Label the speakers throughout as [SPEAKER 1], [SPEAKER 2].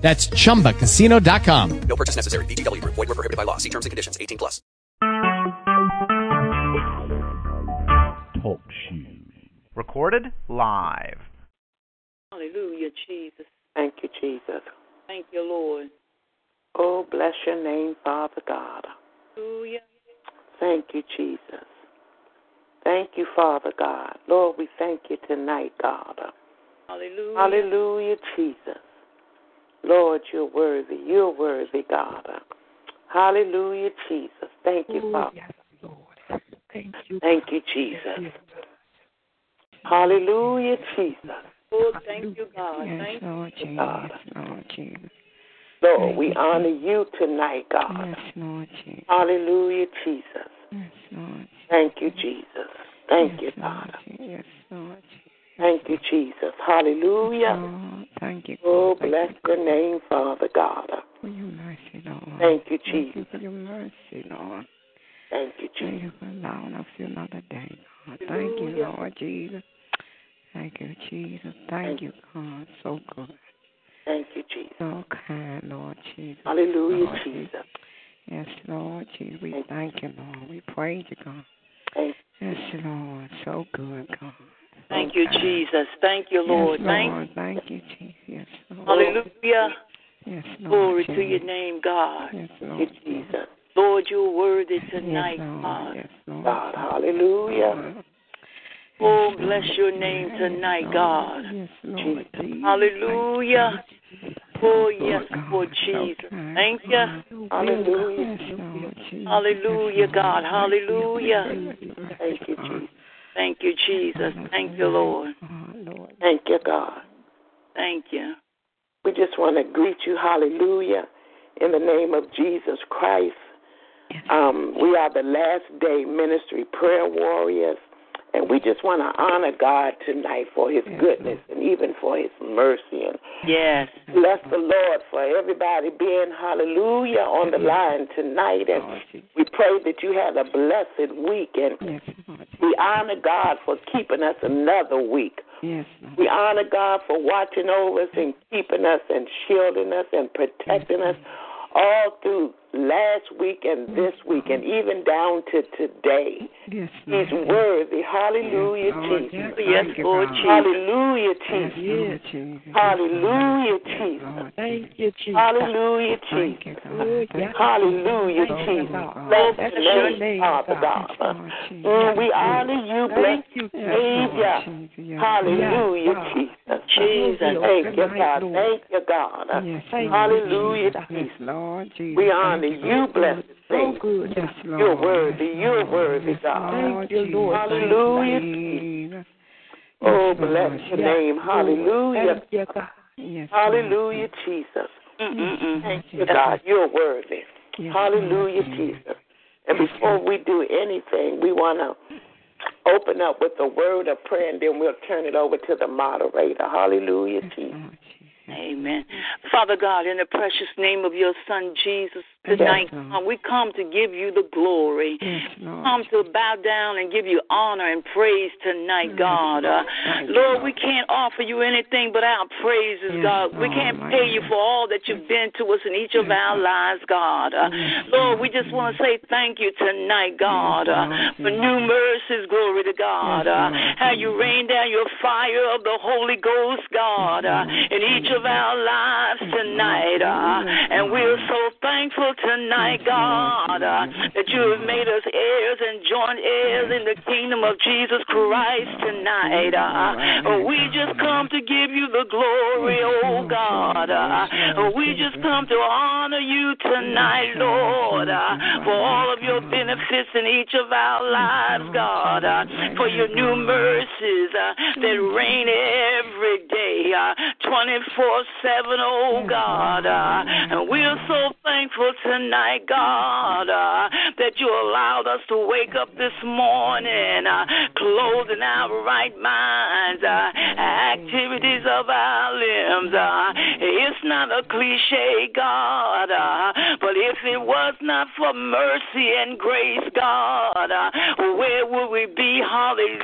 [SPEAKER 1] That's chumbacasino.com.
[SPEAKER 2] No purchase necessary. VGW Group. Void were prohibited by law. See terms and conditions. 18 plus.
[SPEAKER 3] Talk shoes. Recorded live.
[SPEAKER 4] Hallelujah, Jesus.
[SPEAKER 5] Thank you, Jesus.
[SPEAKER 4] Thank you, Lord.
[SPEAKER 5] Oh, bless your name, Father God.
[SPEAKER 4] Hallelujah.
[SPEAKER 5] Thank you, Jesus. Thank you, Father God. Lord, we thank you tonight, God.
[SPEAKER 4] Hallelujah.
[SPEAKER 5] Hallelujah, Jesus. Lord, you're worthy. You're worthy, God. Hallelujah, Jesus. Thank you, Father.
[SPEAKER 6] Oh, Yes, Lord. Thank you.
[SPEAKER 5] Thank you, Jesus. Hallelujah, Jesus.
[SPEAKER 4] Lord, thank you, God.
[SPEAKER 6] Yes,
[SPEAKER 4] Thank you.
[SPEAKER 6] Lord Jesus.
[SPEAKER 5] God.
[SPEAKER 6] Yes, Lord Jesus.
[SPEAKER 5] Lord, we honor you tonight, God.
[SPEAKER 6] Yes, Lord Jesus.
[SPEAKER 5] Hallelujah, Jesus.
[SPEAKER 6] Yes, Lord.
[SPEAKER 5] Thank you, Jesus. Thank you,
[SPEAKER 6] Yes, Lord
[SPEAKER 5] Father.
[SPEAKER 6] Jesus. Yes, Lord
[SPEAKER 5] Thank you, Jesus. Hallelujah.
[SPEAKER 6] Oh, thank you.
[SPEAKER 5] Oh,
[SPEAKER 6] Thank
[SPEAKER 5] bless
[SPEAKER 6] you
[SPEAKER 5] your name, Father God.
[SPEAKER 6] for your mercy, Lord.
[SPEAKER 5] Thank you,
[SPEAKER 6] Thank you
[SPEAKER 5] Jesus.
[SPEAKER 6] for your mercy, Lord.
[SPEAKER 5] Thank you,
[SPEAKER 6] Thank
[SPEAKER 5] Jesus.
[SPEAKER 6] you for allowing us another day, God. Thank you,
[SPEAKER 4] Hallelujah.
[SPEAKER 6] Lord Jesus. Thank you, Jesus. Thank you, God. So good.
[SPEAKER 5] Thank you, Jesus.
[SPEAKER 6] So kind, Lord Jesus.
[SPEAKER 5] Hallelujah,
[SPEAKER 6] Lord
[SPEAKER 5] Jesus.
[SPEAKER 6] Yes, Lord Jesus. We thank you, Lord. We praise you, God.
[SPEAKER 5] Thank
[SPEAKER 6] Yes, Lord. So good, God.
[SPEAKER 4] Thank you, Jesus. Thank you,
[SPEAKER 6] Yes,
[SPEAKER 4] Lord. Thank
[SPEAKER 6] Lord. Thank you, Jesus. Yes, Lord.
[SPEAKER 4] Hallelujah.
[SPEAKER 6] Yes,
[SPEAKER 4] Glory
[SPEAKER 6] Lord.
[SPEAKER 4] to your
[SPEAKER 6] Jesus.
[SPEAKER 4] name, God.
[SPEAKER 6] Yes,
[SPEAKER 5] you,
[SPEAKER 6] Lord.
[SPEAKER 5] Jesus.
[SPEAKER 4] Lord, you're worthy
[SPEAKER 6] Yes,
[SPEAKER 4] tonight,
[SPEAKER 6] Lord.
[SPEAKER 4] God.
[SPEAKER 6] Yes, Lord.
[SPEAKER 5] God, hallelujah.
[SPEAKER 4] Oh,
[SPEAKER 6] Yes,
[SPEAKER 4] bless
[SPEAKER 6] Lord.
[SPEAKER 4] your name
[SPEAKER 6] Yes,
[SPEAKER 4] tonight,
[SPEAKER 6] Lord.
[SPEAKER 4] God.
[SPEAKER 6] Yes, Lord.
[SPEAKER 5] Jesus.
[SPEAKER 6] Jesus.
[SPEAKER 4] Hallelujah. Oh, yes,
[SPEAKER 6] God.
[SPEAKER 4] Lord
[SPEAKER 6] So
[SPEAKER 4] Jesus.
[SPEAKER 6] kind,
[SPEAKER 4] Thank you.
[SPEAKER 6] God.
[SPEAKER 5] Hallelujah.
[SPEAKER 6] Yes, Lord Jesus.
[SPEAKER 4] Hallelujah,
[SPEAKER 6] Yes,
[SPEAKER 4] God.
[SPEAKER 6] Lord.
[SPEAKER 4] Hallelujah.
[SPEAKER 5] Thank you, Jesus.
[SPEAKER 4] Thank you, Jesus. Thank you, Lord.
[SPEAKER 6] Oh, Lord.
[SPEAKER 5] Thank you, God.
[SPEAKER 4] Thank you.
[SPEAKER 5] We just want to greet you, hallelujah, in the name of Jesus Christ. Um, we are the last day ministry prayer warriors, and we just want to honor God tonight for his goodness and even for his mercy and
[SPEAKER 4] Yes.
[SPEAKER 5] Bless the Lord for everybody being hallelujah on the line tonight. And we pray that you had a blessed week. And
[SPEAKER 6] Yes, Lord.
[SPEAKER 5] we honor God for keeping us another week.
[SPEAKER 6] Yes, Lord.
[SPEAKER 5] We honor God for watching over us and keeping us and shielding us and protecting us all through last week and this week and even down to today.
[SPEAKER 6] Yes, Lord.
[SPEAKER 5] He's worthy. Hallelujah,
[SPEAKER 6] Lord.
[SPEAKER 5] Jesus.
[SPEAKER 4] Yes,
[SPEAKER 6] Thank you,
[SPEAKER 4] Lord
[SPEAKER 6] God.
[SPEAKER 4] Jesus.
[SPEAKER 5] Hallelujah,
[SPEAKER 6] Yes,
[SPEAKER 5] Jesus.
[SPEAKER 6] Lord Jesus.
[SPEAKER 5] Hallelujah,
[SPEAKER 6] Yes,
[SPEAKER 5] Jesus.
[SPEAKER 6] Lord. Thank you,
[SPEAKER 5] Hallelujah, Jesus.
[SPEAKER 6] Thank you, God. Thank
[SPEAKER 5] Hallelujah,
[SPEAKER 6] you,
[SPEAKER 5] Jesus.
[SPEAKER 6] God.
[SPEAKER 5] Bless
[SPEAKER 4] Bless
[SPEAKER 5] your
[SPEAKER 4] your
[SPEAKER 5] name,
[SPEAKER 6] name,
[SPEAKER 5] Father
[SPEAKER 6] God.
[SPEAKER 5] God.
[SPEAKER 6] Yes, Lord Jesus.
[SPEAKER 5] Mm, we honor you, bless you,
[SPEAKER 6] Yes, Lord
[SPEAKER 5] Savior.
[SPEAKER 6] Jesus. Yes, Lord.
[SPEAKER 5] Hallelujah, Jesus.
[SPEAKER 4] Jesus.
[SPEAKER 5] Thank you, God. Thank you, God.
[SPEAKER 6] Yes, Lord.
[SPEAKER 5] Hallelujah,
[SPEAKER 6] Jesus. Yes,
[SPEAKER 5] Jesus.
[SPEAKER 6] Lord Jesus.
[SPEAKER 5] We
[SPEAKER 6] Thank
[SPEAKER 5] honor you, blessed Savior.
[SPEAKER 6] Yes, Lord.
[SPEAKER 5] You're worthy.
[SPEAKER 6] Yes,
[SPEAKER 5] You're
[SPEAKER 6] Lord.
[SPEAKER 5] worthy,
[SPEAKER 6] Yes,
[SPEAKER 5] God.
[SPEAKER 6] Lord Jesus.
[SPEAKER 5] Hallelujah.
[SPEAKER 6] Jesus.
[SPEAKER 5] Oh,
[SPEAKER 6] Yes,
[SPEAKER 5] bless
[SPEAKER 6] Lord.
[SPEAKER 5] your name. Hallelujah.
[SPEAKER 6] Yes,
[SPEAKER 5] Hallelujah, Jesus.
[SPEAKER 4] Mm-mm-mm.
[SPEAKER 5] Thank you, God. You're worthy.
[SPEAKER 6] Yes,
[SPEAKER 5] Hallelujah,
[SPEAKER 6] Lord.
[SPEAKER 5] Jesus. And before we do anything, we want to open up with a word of prayer and then we'll turn it over to the moderator. Hallelujah, Jesus.
[SPEAKER 6] Lord Jesus.
[SPEAKER 4] Amen. Father God, in the precious name of your Son Jesus, tonight
[SPEAKER 6] Yes, Lord. Oh,
[SPEAKER 4] God, we come to give you the glory.
[SPEAKER 6] Yes,
[SPEAKER 4] We
[SPEAKER 6] Lord.
[SPEAKER 4] Come to bow down and give you honor and praise tonight, God. Uh, Lord, we can't offer you anything but our praises,
[SPEAKER 6] Yes,
[SPEAKER 4] God. We
[SPEAKER 6] Lord,
[SPEAKER 4] can't
[SPEAKER 6] my
[SPEAKER 4] pay you
[SPEAKER 6] God.
[SPEAKER 4] for all that you've been to us in each of our lives, God. Uh,
[SPEAKER 6] Yes,
[SPEAKER 4] Lord, we
[SPEAKER 6] Lord,
[SPEAKER 4] just want to say thank you tonight, God,
[SPEAKER 6] Yes,
[SPEAKER 4] uh,
[SPEAKER 6] Lord,
[SPEAKER 4] for
[SPEAKER 6] yes.
[SPEAKER 4] new mercies, glory to God.
[SPEAKER 6] Yes,
[SPEAKER 4] Uh,
[SPEAKER 6] Lord,
[SPEAKER 4] how you
[SPEAKER 6] yes.
[SPEAKER 4] rain down your fire of the Holy Ghost, God, uh, in each of our lives tonight. Uh, and we are so thankful tonight, God, uh, that you have made us heirs and joint heirs in the kingdom of Jesus Christ tonight. Uh, oh, we just come to give you the glory, oh God. Uh, oh, we just come to honor you tonight, Lord, uh, for all of your benefits in each of our lives, God, uh, for your new mercies uh, that rain every day, uh, 24 7, oh God. Uh, and we are so thankful tonight, God, uh, that you allowed us to wake up this morning, uh, clothing our right minds, uh, activities of our limbs. Uh, it's not a cliche, God, uh, but if it was not for mercy and grace, God, uh, where would we be?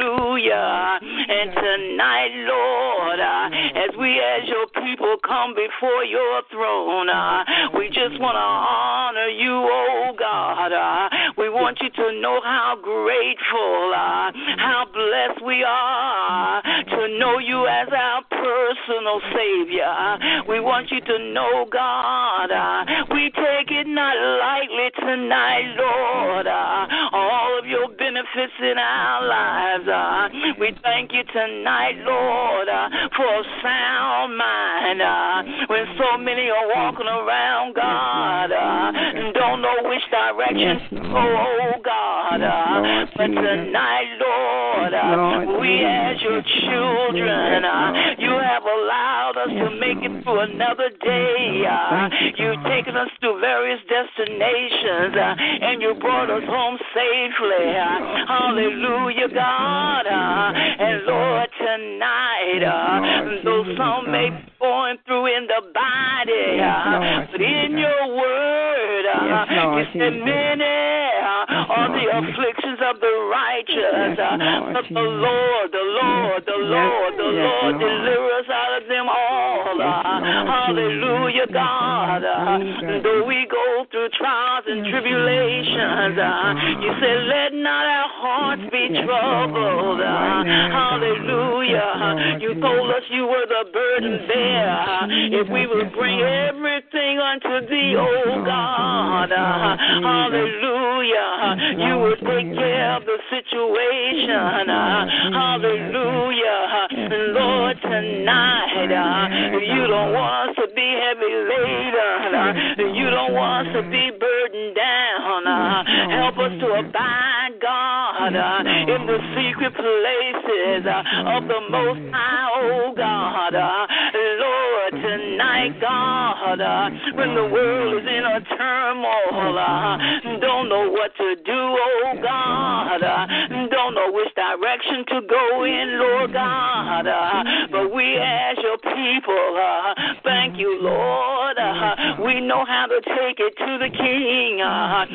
[SPEAKER 4] Hallelujah. And tonight, Lord, uh, as we as your people come before your throne, uh, we just want to honor you, oh God. Uh, we want you to know how grateful, uh, how blessed we are to know you as our personal Savior. We want you to know, God, uh, we take it not lightly tonight, Lord, uh, all of your benefits in our lives. Uh, we thank you tonight, Lord, uh, for a sound mind. Uh, when so many are walking around, God, uh, and don't know which direction
[SPEAKER 6] Yes,
[SPEAKER 4] to
[SPEAKER 6] Lord.
[SPEAKER 4] go, oh God. Uh,
[SPEAKER 6] Yes, Lord
[SPEAKER 4] but
[SPEAKER 6] Jesus.
[SPEAKER 4] tonight, Lord,
[SPEAKER 6] Yes, Lord
[SPEAKER 4] uh, we
[SPEAKER 6] Jesus.
[SPEAKER 4] as your
[SPEAKER 6] Yes, Lord.
[SPEAKER 4] children,
[SPEAKER 6] Yes,
[SPEAKER 4] uh,
[SPEAKER 6] Lord.
[SPEAKER 4] you have allowed us to
[SPEAKER 6] Yes,
[SPEAKER 4] make it
[SPEAKER 6] Lord.
[SPEAKER 4] through another day.
[SPEAKER 6] Yes,
[SPEAKER 4] Uh,
[SPEAKER 6] Lord. Thank you,
[SPEAKER 4] you've
[SPEAKER 6] God.
[SPEAKER 4] taken us to various destinations, uh, and you brought us home safely. Uh, hallelujah, God. Uh, and Lord, tonight, uh, though some may be going through in the body, uh, but in your word, uh,
[SPEAKER 6] Yes, Lord,
[SPEAKER 4] you said
[SPEAKER 6] Jesus.
[SPEAKER 4] many uh, are the
[SPEAKER 6] Lord.
[SPEAKER 4] afflictions of the righteous,
[SPEAKER 6] Yes,
[SPEAKER 4] uh,
[SPEAKER 6] Lord,
[SPEAKER 4] but the
[SPEAKER 6] Jesus.
[SPEAKER 4] Lord, the Lord, the
[SPEAKER 6] Yes,
[SPEAKER 4] Lord, the
[SPEAKER 6] yes,
[SPEAKER 4] Lord
[SPEAKER 6] Lord.
[SPEAKER 4] deliver us out of them all. uh,
[SPEAKER 6] Yes, Lord,
[SPEAKER 4] Hallelujah,
[SPEAKER 6] Jesus.
[SPEAKER 4] God.
[SPEAKER 6] Yes,
[SPEAKER 4] uh,
[SPEAKER 6] Lord.
[SPEAKER 4] Though we go through trials and
[SPEAKER 6] Yes,
[SPEAKER 4] tribulations,
[SPEAKER 6] Lord.
[SPEAKER 4] uh,
[SPEAKER 6] Yes,
[SPEAKER 4] you
[SPEAKER 6] Lord.
[SPEAKER 4] said, let not our hearts be
[SPEAKER 6] Yes,
[SPEAKER 4] troubled.
[SPEAKER 6] Lord.
[SPEAKER 4] uh,
[SPEAKER 6] Right now, God.
[SPEAKER 4] Hallelujah.
[SPEAKER 6] Yes, Lord,
[SPEAKER 4] You
[SPEAKER 6] Jesus.
[SPEAKER 4] told us you were the burden
[SPEAKER 6] Yes, Lord,
[SPEAKER 4] bearer. ah, If we
[SPEAKER 6] Jesus.
[SPEAKER 4] would
[SPEAKER 6] Yes,
[SPEAKER 4] bring
[SPEAKER 6] Lord.
[SPEAKER 4] everything unto thee,
[SPEAKER 6] Yes,
[SPEAKER 4] oh
[SPEAKER 6] Lord,
[SPEAKER 4] God.
[SPEAKER 6] yes,
[SPEAKER 4] uh,
[SPEAKER 6] Lord, Jesus.
[SPEAKER 4] Hallelujah.
[SPEAKER 6] Yes,
[SPEAKER 4] You
[SPEAKER 6] Lord,
[SPEAKER 4] would take
[SPEAKER 6] Jesus.
[SPEAKER 4] care of the situation. uh,
[SPEAKER 6] Yes, Lord,
[SPEAKER 4] Hallelujah.
[SPEAKER 6] Yes,
[SPEAKER 4] Lord,
[SPEAKER 6] Lord,
[SPEAKER 4] tonight, uh,
[SPEAKER 6] Jesus.
[SPEAKER 4] you don't want us to be heavy laden. uh, You don't want us to be burdened down. uh, Help us to abide, God, uh, in the secret places uh, of the Most High, oh God. uh, Lord, tonight, God, uh, when the world is in a turmoil, uh, don't know what to do, oh God. uh, Don't know which direction to go in, Lord God. uh, But we as your people, uh, thank you, Lord. uh, We know how to take it to the King. uh,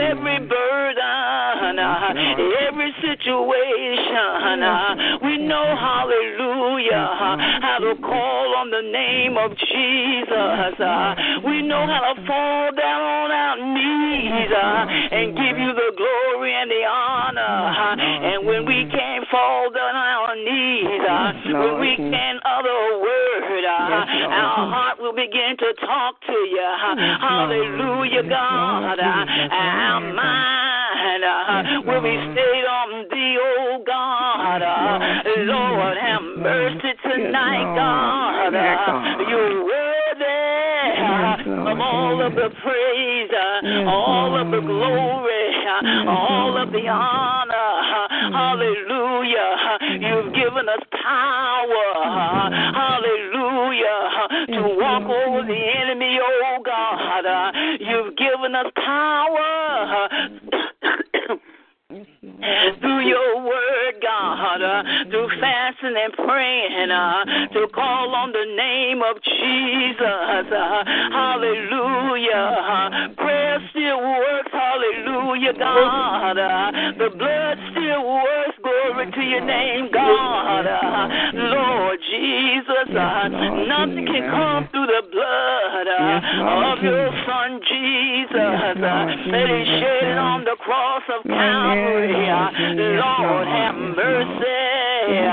[SPEAKER 4] Every burden, uh, every situation, uh, we know, hallelujah, uh, how to call on the name of Jesus. uh, We know how to fall down on our knees uh, and give you the glory and the honor. uh, And when we can't fall down on our knees, uh, when we can't utter a word, uh, our heart will begin to talk to you. uh, Hallelujah, God. uh, Our mind uh, will be stayed on thee, oh God. uh, Lord, have mercy tonight, God. uh, You're worthy
[SPEAKER 6] Yes, Lord.
[SPEAKER 4] of uh, all of the praise, uh,
[SPEAKER 6] Yes,
[SPEAKER 4] all of the
[SPEAKER 6] Lord.
[SPEAKER 4] glory, uh,
[SPEAKER 6] Yes,
[SPEAKER 4] all
[SPEAKER 6] Lord.
[SPEAKER 4] of the honor. uh, Hallelujah. uh, You've given us power. uh, Hallelujah. uh, To
[SPEAKER 6] Yes,
[SPEAKER 4] walk
[SPEAKER 6] Lord.
[SPEAKER 4] over the enemy, oh God. uh, You've given us uh, power. through your word, God, uh, through fasting and praying, uh, to call on the name of Jesus. Uh, hallelujah. Uh, prayer still works. Hallelujah, God. Uh, the blood still works. Glory to your name, God. Uh, Lord Jesus, uh, nothing can come through the blood uh, of your Son Jesus uh, that is shed on the cross of Calvary. uh, Lord, have mercy. uh,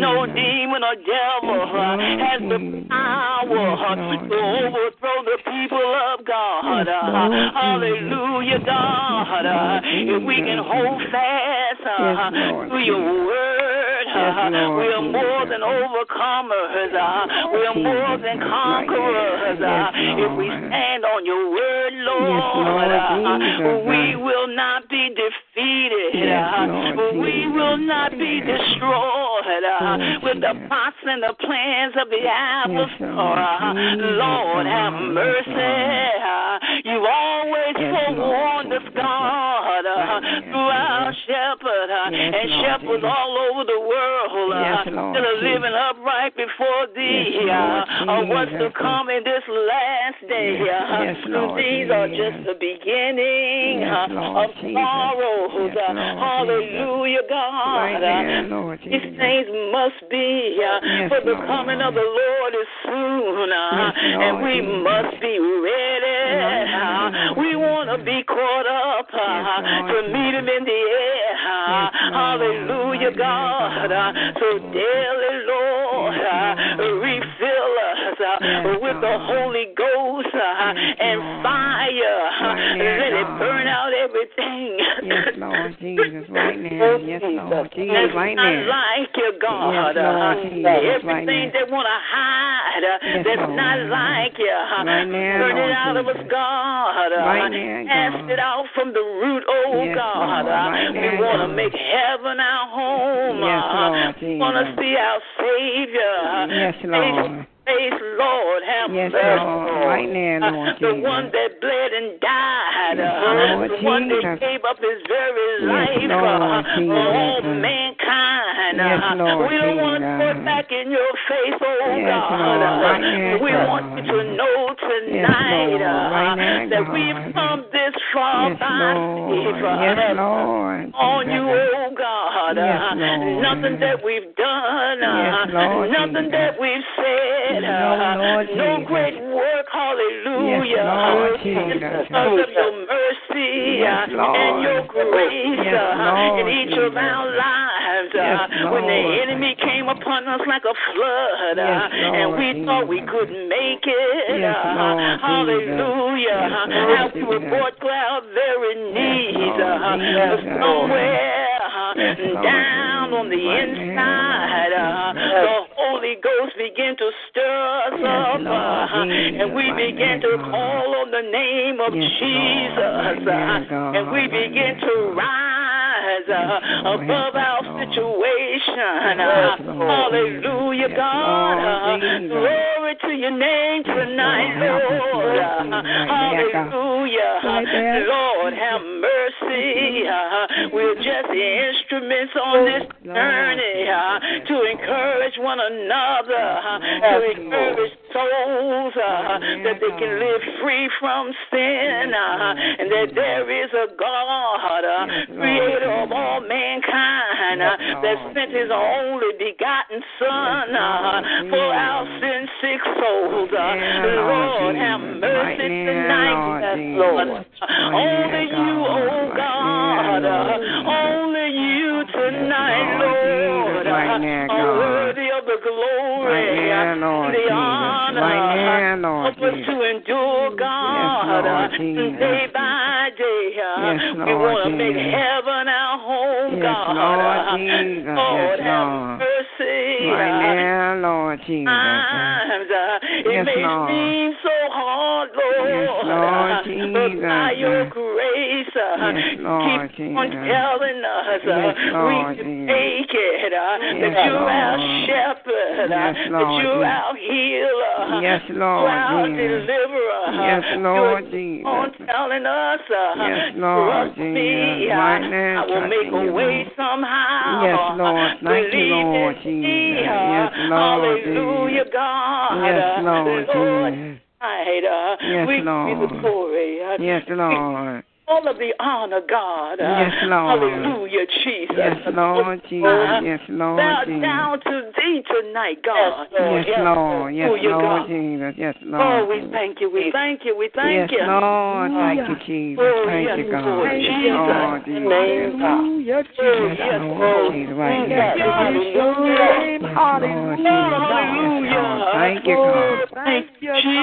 [SPEAKER 4] No demon or devil uh, has the power uh, to overthrow the people of God. uh, Hallelujah, God. uh, If we can hold fast uh, to your word, uh, we are more than overcomers. uh, We are more than conquerors. uh, If we stand on your word,
[SPEAKER 6] Oh,
[SPEAKER 4] Lord, uh, we will not be defeated.
[SPEAKER 6] Yes,
[SPEAKER 4] uh,
[SPEAKER 6] Lord
[SPEAKER 4] we
[SPEAKER 6] Jesus.
[SPEAKER 4] will not be
[SPEAKER 6] Yes.
[SPEAKER 4] destroyed uh,
[SPEAKER 6] Yes,
[SPEAKER 4] with the
[SPEAKER 6] yes.
[SPEAKER 4] plots and the plans of the
[SPEAKER 6] Lord
[SPEAKER 4] adversary.
[SPEAKER 6] Jesus.
[SPEAKER 4] Lord, have
[SPEAKER 6] Yes,
[SPEAKER 4] mercy.
[SPEAKER 6] Lord.
[SPEAKER 4] uh, You You've always
[SPEAKER 6] Yes,
[SPEAKER 4] forewarned
[SPEAKER 6] Lord.
[SPEAKER 4] us, God, uh,
[SPEAKER 6] Yes,
[SPEAKER 4] through our
[SPEAKER 6] yes.
[SPEAKER 4] shepherd, uh,
[SPEAKER 6] Yes,
[SPEAKER 4] and
[SPEAKER 6] Lord,
[SPEAKER 4] shepherds
[SPEAKER 6] yes.
[SPEAKER 4] all over the world
[SPEAKER 6] Yes,
[SPEAKER 4] uh,
[SPEAKER 6] Lord,
[SPEAKER 4] that are
[SPEAKER 6] yes.
[SPEAKER 4] living upright before
[SPEAKER 6] Yes,
[SPEAKER 4] Thee,
[SPEAKER 6] Lord,
[SPEAKER 4] uh, of what's to
[SPEAKER 6] Jesus.
[SPEAKER 4] come in this last day.
[SPEAKER 6] Yes,
[SPEAKER 4] uh,
[SPEAKER 6] yes, Lord,
[SPEAKER 4] These are
[SPEAKER 6] yes.
[SPEAKER 4] just the beginning
[SPEAKER 6] Yes,
[SPEAKER 4] uh,
[SPEAKER 6] Lord,
[SPEAKER 4] of
[SPEAKER 6] Jesus.
[SPEAKER 4] sorrows.
[SPEAKER 6] Yes,
[SPEAKER 4] uh,
[SPEAKER 6] Lord,
[SPEAKER 4] Hallelujah,
[SPEAKER 6] Right
[SPEAKER 4] God.
[SPEAKER 6] there,
[SPEAKER 4] uh,
[SPEAKER 6] Lord Jesus.
[SPEAKER 4] these things must be, uh,
[SPEAKER 6] Yes,
[SPEAKER 4] for the
[SPEAKER 6] Lord.
[SPEAKER 4] coming of the Lord is soon, uh,
[SPEAKER 6] Yes,
[SPEAKER 4] and
[SPEAKER 6] Lord.
[SPEAKER 4] we must be ready.
[SPEAKER 6] Yes,
[SPEAKER 4] uh,
[SPEAKER 6] Lord.
[SPEAKER 4] we want to be caught up uh,
[SPEAKER 6] Yes, Lord.
[SPEAKER 4] to meet Him in the air. uh,
[SPEAKER 6] Yes, Lord.
[SPEAKER 4] hallelujah,
[SPEAKER 6] Right there,
[SPEAKER 4] God. uh,
[SPEAKER 6] God.
[SPEAKER 4] so
[SPEAKER 6] Yes,
[SPEAKER 4] daily, Lord, uh,
[SPEAKER 6] Yes, Lord.
[SPEAKER 4] refill us uh,
[SPEAKER 6] Yes,
[SPEAKER 4] with the
[SPEAKER 6] Lord.
[SPEAKER 4] Holy Ghost uh,
[SPEAKER 6] Yes,
[SPEAKER 4] and
[SPEAKER 6] Lord.
[SPEAKER 4] fire. uh,
[SPEAKER 6] Right there,
[SPEAKER 4] Let it
[SPEAKER 6] God.
[SPEAKER 4] burn out everything.
[SPEAKER 6] Yes, Lord Jesus, right now.
[SPEAKER 5] Oh,
[SPEAKER 6] Yes,
[SPEAKER 5] Jesus.
[SPEAKER 6] Lord Jesus,
[SPEAKER 4] That's
[SPEAKER 6] right
[SPEAKER 4] not
[SPEAKER 6] now.
[SPEAKER 4] like you, God.
[SPEAKER 6] Yes, Lord,
[SPEAKER 4] Uh,
[SPEAKER 6] Jesus, right
[SPEAKER 4] everything
[SPEAKER 6] now.
[SPEAKER 4] they want to hide uh,
[SPEAKER 6] Yes,
[SPEAKER 4] that's
[SPEAKER 6] Lord.
[SPEAKER 4] not like you. uh,
[SPEAKER 6] Right now,
[SPEAKER 4] Burn
[SPEAKER 6] Lord
[SPEAKER 4] it out of us,
[SPEAKER 6] Jesus.
[SPEAKER 4] God. Uh,
[SPEAKER 6] Right now,
[SPEAKER 4] Cast
[SPEAKER 6] God.
[SPEAKER 4] it out from the root, oh
[SPEAKER 6] Yes,
[SPEAKER 4] God.
[SPEAKER 6] Lord,
[SPEAKER 4] Uh,
[SPEAKER 6] right
[SPEAKER 4] we
[SPEAKER 6] now,
[SPEAKER 4] want to
[SPEAKER 6] God.
[SPEAKER 4] make heaven our home.
[SPEAKER 6] Yes, Lord,
[SPEAKER 4] uh, want to
[SPEAKER 6] Jesus.
[SPEAKER 4] see our Savior. uh,
[SPEAKER 6] Yes, Lord.
[SPEAKER 4] Face, face Lord, have
[SPEAKER 6] Yes,
[SPEAKER 4] mercy.
[SPEAKER 6] Lord,
[SPEAKER 4] Lord.
[SPEAKER 6] right now, Lord
[SPEAKER 4] Uh, the
[SPEAKER 6] Jesus.
[SPEAKER 4] one that bled and died,
[SPEAKER 6] Yes,
[SPEAKER 4] uh,
[SPEAKER 6] Lord
[SPEAKER 4] the one that
[SPEAKER 6] Jesus.
[SPEAKER 4] gave up his very
[SPEAKER 6] Yes,
[SPEAKER 4] life
[SPEAKER 6] Lord
[SPEAKER 4] uh, for all
[SPEAKER 6] Jesus.
[SPEAKER 4] mankind.
[SPEAKER 6] Yes,
[SPEAKER 4] uh,
[SPEAKER 6] Lord
[SPEAKER 4] we don't want to put
[SPEAKER 6] Jesus.
[SPEAKER 4] back in your face, oh
[SPEAKER 6] Yes,
[SPEAKER 4] God.
[SPEAKER 6] Lord,
[SPEAKER 4] uh,
[SPEAKER 6] right now,
[SPEAKER 4] we
[SPEAKER 6] God.
[SPEAKER 4] want you to know
[SPEAKER 6] Yes,
[SPEAKER 4] tonight
[SPEAKER 6] Lord,
[SPEAKER 4] uh,
[SPEAKER 6] right now,
[SPEAKER 4] that
[SPEAKER 6] God.
[SPEAKER 4] we've come this far
[SPEAKER 6] Yes,
[SPEAKER 4] by
[SPEAKER 6] Lord.
[SPEAKER 4] favor.
[SPEAKER 6] Yes, Lord.
[SPEAKER 4] On you, oh God,
[SPEAKER 6] Yes,
[SPEAKER 4] uh,
[SPEAKER 6] Lord.
[SPEAKER 4] nothing that we've done, uh,
[SPEAKER 6] Yes, Lord
[SPEAKER 4] nothing
[SPEAKER 6] Jesus.
[SPEAKER 4] that we've said,
[SPEAKER 6] No,
[SPEAKER 4] uh,
[SPEAKER 6] Lord
[SPEAKER 4] no
[SPEAKER 6] Jesus.
[SPEAKER 4] great work, hallelujah.
[SPEAKER 6] Lord
[SPEAKER 4] uh,
[SPEAKER 6] Jesus.
[SPEAKER 4] because of your mercy
[SPEAKER 6] Yes,
[SPEAKER 4] uh,
[SPEAKER 6] Lord.
[SPEAKER 4] and your grace
[SPEAKER 6] Yes,
[SPEAKER 4] uh, in
[SPEAKER 6] Lord
[SPEAKER 4] each of
[SPEAKER 6] Jesus.
[SPEAKER 4] our lives. uh,
[SPEAKER 6] Yes,
[SPEAKER 4] when the
[SPEAKER 6] Lord.
[SPEAKER 4] enemy came upon us like a flood, uh,
[SPEAKER 6] Yes,
[SPEAKER 4] and
[SPEAKER 6] Lord
[SPEAKER 4] we thought we
[SPEAKER 6] Jesus.
[SPEAKER 4] couldn't make it,
[SPEAKER 6] Yes,
[SPEAKER 4] uh,
[SPEAKER 6] Lord Jesus.
[SPEAKER 4] hallelujah.
[SPEAKER 6] Yes,
[SPEAKER 4] uh,
[SPEAKER 6] Lord
[SPEAKER 4] how we were
[SPEAKER 6] Jesus.
[SPEAKER 4] brought to our very knees, uh,
[SPEAKER 6] Jesus.
[SPEAKER 4] but somewhere uh,
[SPEAKER 6] Yes, Lord
[SPEAKER 4] down on the
[SPEAKER 6] Jesus.
[SPEAKER 4] inside, uh,
[SPEAKER 6] Yes.
[SPEAKER 4] the Holy Ghost began to stir us
[SPEAKER 6] Yes,
[SPEAKER 4] up,
[SPEAKER 6] Lord
[SPEAKER 4] uh,
[SPEAKER 6] Jesus.
[SPEAKER 4] and we
[SPEAKER 6] Right
[SPEAKER 4] began
[SPEAKER 6] now,
[SPEAKER 4] to
[SPEAKER 6] God.
[SPEAKER 4] call on the name of
[SPEAKER 6] Yes,
[SPEAKER 4] Jesus,
[SPEAKER 6] Lord. Right now, God.
[SPEAKER 4] uh, and we
[SPEAKER 6] Right
[SPEAKER 4] begin
[SPEAKER 6] now,
[SPEAKER 4] to
[SPEAKER 6] God.
[SPEAKER 4] rise
[SPEAKER 6] Yes,
[SPEAKER 4] uh,
[SPEAKER 6] Lord.
[SPEAKER 4] above
[SPEAKER 6] Yes,
[SPEAKER 4] our
[SPEAKER 6] Lord.
[SPEAKER 4] situation. uh,
[SPEAKER 6] Yes, Lord.
[SPEAKER 4] Hallelujah,
[SPEAKER 6] Yes,
[SPEAKER 4] God.
[SPEAKER 6] Lord
[SPEAKER 4] uh,
[SPEAKER 6] Jesus.
[SPEAKER 4] Glory to your name
[SPEAKER 6] Yes,
[SPEAKER 4] tonight,
[SPEAKER 6] Lord. Help us,
[SPEAKER 4] Lord.
[SPEAKER 6] Lord
[SPEAKER 4] uh,
[SPEAKER 6] Jesus. Right now, God.
[SPEAKER 4] Hallelujah.
[SPEAKER 6] Right there.
[SPEAKER 4] Lord, have mercy. uh, We're just instruments on this
[SPEAKER 6] Lord.
[SPEAKER 4] journey uh, to encourage one another, uh, to
[SPEAKER 6] Yes,
[SPEAKER 4] encourage souls uh, that they can live free from sin, uh, and that there is a God, uh,
[SPEAKER 6] Yes, Lord.
[SPEAKER 4] creator of
[SPEAKER 6] Mm-hmm.
[SPEAKER 4] all mankind, uh, that sent his only begotten Son uh, for our sin sick souls. Uh,
[SPEAKER 6] Mm-hmm. Yeah, Lord
[SPEAKER 4] Lord, have
[SPEAKER 6] Jesus.
[SPEAKER 4] mercy
[SPEAKER 6] Right now, Lord
[SPEAKER 4] tonight,
[SPEAKER 6] Jesus.
[SPEAKER 4] yes, Lord. Only
[SPEAKER 6] Right now,
[SPEAKER 4] you, oh
[SPEAKER 6] God. Right
[SPEAKER 4] God,
[SPEAKER 6] now,
[SPEAKER 4] uh,
[SPEAKER 6] Lord Jesus.
[SPEAKER 4] only you tonight,
[SPEAKER 6] Lord
[SPEAKER 4] Lord,
[SPEAKER 6] Jesus. Right
[SPEAKER 4] uh,
[SPEAKER 6] now,
[SPEAKER 4] are
[SPEAKER 6] God.
[SPEAKER 4] worthy of the glory,
[SPEAKER 6] Right now,
[SPEAKER 4] uh,
[SPEAKER 6] Lord
[SPEAKER 4] the
[SPEAKER 6] Jesus.
[SPEAKER 4] honor.
[SPEAKER 6] Right now, Lord
[SPEAKER 4] Help us
[SPEAKER 6] Jesus.
[SPEAKER 4] to endure, God,
[SPEAKER 6] Lord
[SPEAKER 4] uh,
[SPEAKER 6] Jesus.
[SPEAKER 4] day by day. uh,
[SPEAKER 6] Yes,
[SPEAKER 4] we
[SPEAKER 6] Lord
[SPEAKER 4] want to make
[SPEAKER 6] Jesus.
[SPEAKER 4] heaven our home,
[SPEAKER 6] Yes,
[SPEAKER 4] God.
[SPEAKER 6] Lord
[SPEAKER 4] uh,
[SPEAKER 6] Jesus. Yes,
[SPEAKER 4] Lord, have
[SPEAKER 6] Lord.
[SPEAKER 4] mercy. uh,
[SPEAKER 6] Right now, Lord Jesus.
[SPEAKER 4] times. Uh, it
[SPEAKER 6] Yes,
[SPEAKER 4] may
[SPEAKER 6] Lord.
[SPEAKER 4] seem so hard, Lord.
[SPEAKER 6] Yes, Lord
[SPEAKER 4] uh,
[SPEAKER 6] Jesus.
[SPEAKER 4] But by your grace, uh,
[SPEAKER 6] Yes,
[SPEAKER 4] you
[SPEAKER 6] Lord
[SPEAKER 4] keep on
[SPEAKER 6] Jesus.
[SPEAKER 4] telling us uh,
[SPEAKER 6] Yes,
[SPEAKER 4] we
[SPEAKER 6] Lord
[SPEAKER 4] can
[SPEAKER 6] Jesus.
[SPEAKER 4] make it, uh, that
[SPEAKER 6] Yes,
[SPEAKER 4] you're our
[SPEAKER 6] Lord.
[SPEAKER 4] shepherd, uh,
[SPEAKER 6] Yes,
[SPEAKER 4] that you're
[SPEAKER 6] Lord Jesus.
[SPEAKER 4] our healer,
[SPEAKER 6] Yes,
[SPEAKER 4] you're our
[SPEAKER 6] Lord Jesus.
[SPEAKER 4] deliverer.
[SPEAKER 6] Yes, Lord
[SPEAKER 4] you're on
[SPEAKER 6] Jesus.
[SPEAKER 4] telling us, uh,
[SPEAKER 6] Yes, Lord
[SPEAKER 4] trust me,
[SPEAKER 6] Jesus.
[SPEAKER 4] uh,
[SPEAKER 6] Right now,
[SPEAKER 4] I will
[SPEAKER 6] trust
[SPEAKER 4] make
[SPEAKER 6] in
[SPEAKER 4] a
[SPEAKER 6] you,
[SPEAKER 4] way
[SPEAKER 6] Lord.
[SPEAKER 4] somehow. uh-huh.
[SPEAKER 6] Yes, Lord. Thank you,
[SPEAKER 4] Believe in
[SPEAKER 6] Lord
[SPEAKER 4] me,
[SPEAKER 6] Jesus.
[SPEAKER 4] uh,
[SPEAKER 6] Yes, Lord
[SPEAKER 4] Hallelujah,
[SPEAKER 6] Jesus.
[SPEAKER 4] God.
[SPEAKER 6] Yes,
[SPEAKER 4] uh,
[SPEAKER 6] Lord
[SPEAKER 4] Lord,
[SPEAKER 6] Jesus.
[SPEAKER 4] tonight, uh,
[SPEAKER 6] Yes,
[SPEAKER 4] we give you
[SPEAKER 6] Lord.
[SPEAKER 4] the glory. uh,
[SPEAKER 6] Yes, Lord.
[SPEAKER 4] all of the honor, God. Uh,
[SPEAKER 6] Yes, Lord.
[SPEAKER 4] Hallelujah, Jesus. Uh-huh.
[SPEAKER 6] Yes, Lord Jesus. Yes, Lord
[SPEAKER 4] Bow
[SPEAKER 6] Jesus.
[SPEAKER 4] down to thee tonight, God.
[SPEAKER 6] Yes, Lord. Yes,
[SPEAKER 4] Hallelujah,
[SPEAKER 6] Lord
[SPEAKER 4] God.
[SPEAKER 6] Jesus. Yes,
[SPEAKER 4] Oh,
[SPEAKER 6] Lord.
[SPEAKER 4] we thank you. We thank you. We thank
[SPEAKER 6] Yes,
[SPEAKER 4] you.
[SPEAKER 6] Lord. Thank you, Jesus.
[SPEAKER 4] Oh,
[SPEAKER 6] Thank
[SPEAKER 4] yes,
[SPEAKER 6] you, God.
[SPEAKER 4] Lord
[SPEAKER 6] Yes,
[SPEAKER 4] Jesus.
[SPEAKER 6] Lord Jesus. Yes,
[SPEAKER 5] Name God.
[SPEAKER 4] Oh,
[SPEAKER 6] Yes,
[SPEAKER 4] yes,
[SPEAKER 6] Lord
[SPEAKER 4] Lord.
[SPEAKER 6] Jesus. Right
[SPEAKER 5] Yes,
[SPEAKER 6] now, God.
[SPEAKER 4] Hallelujah.
[SPEAKER 6] Yes, Lord Jesus. Yes, Lord.
[SPEAKER 4] Hallelujah.
[SPEAKER 6] Thank you, God.
[SPEAKER 4] Thank you, Jesus.
[SPEAKER 6] Thank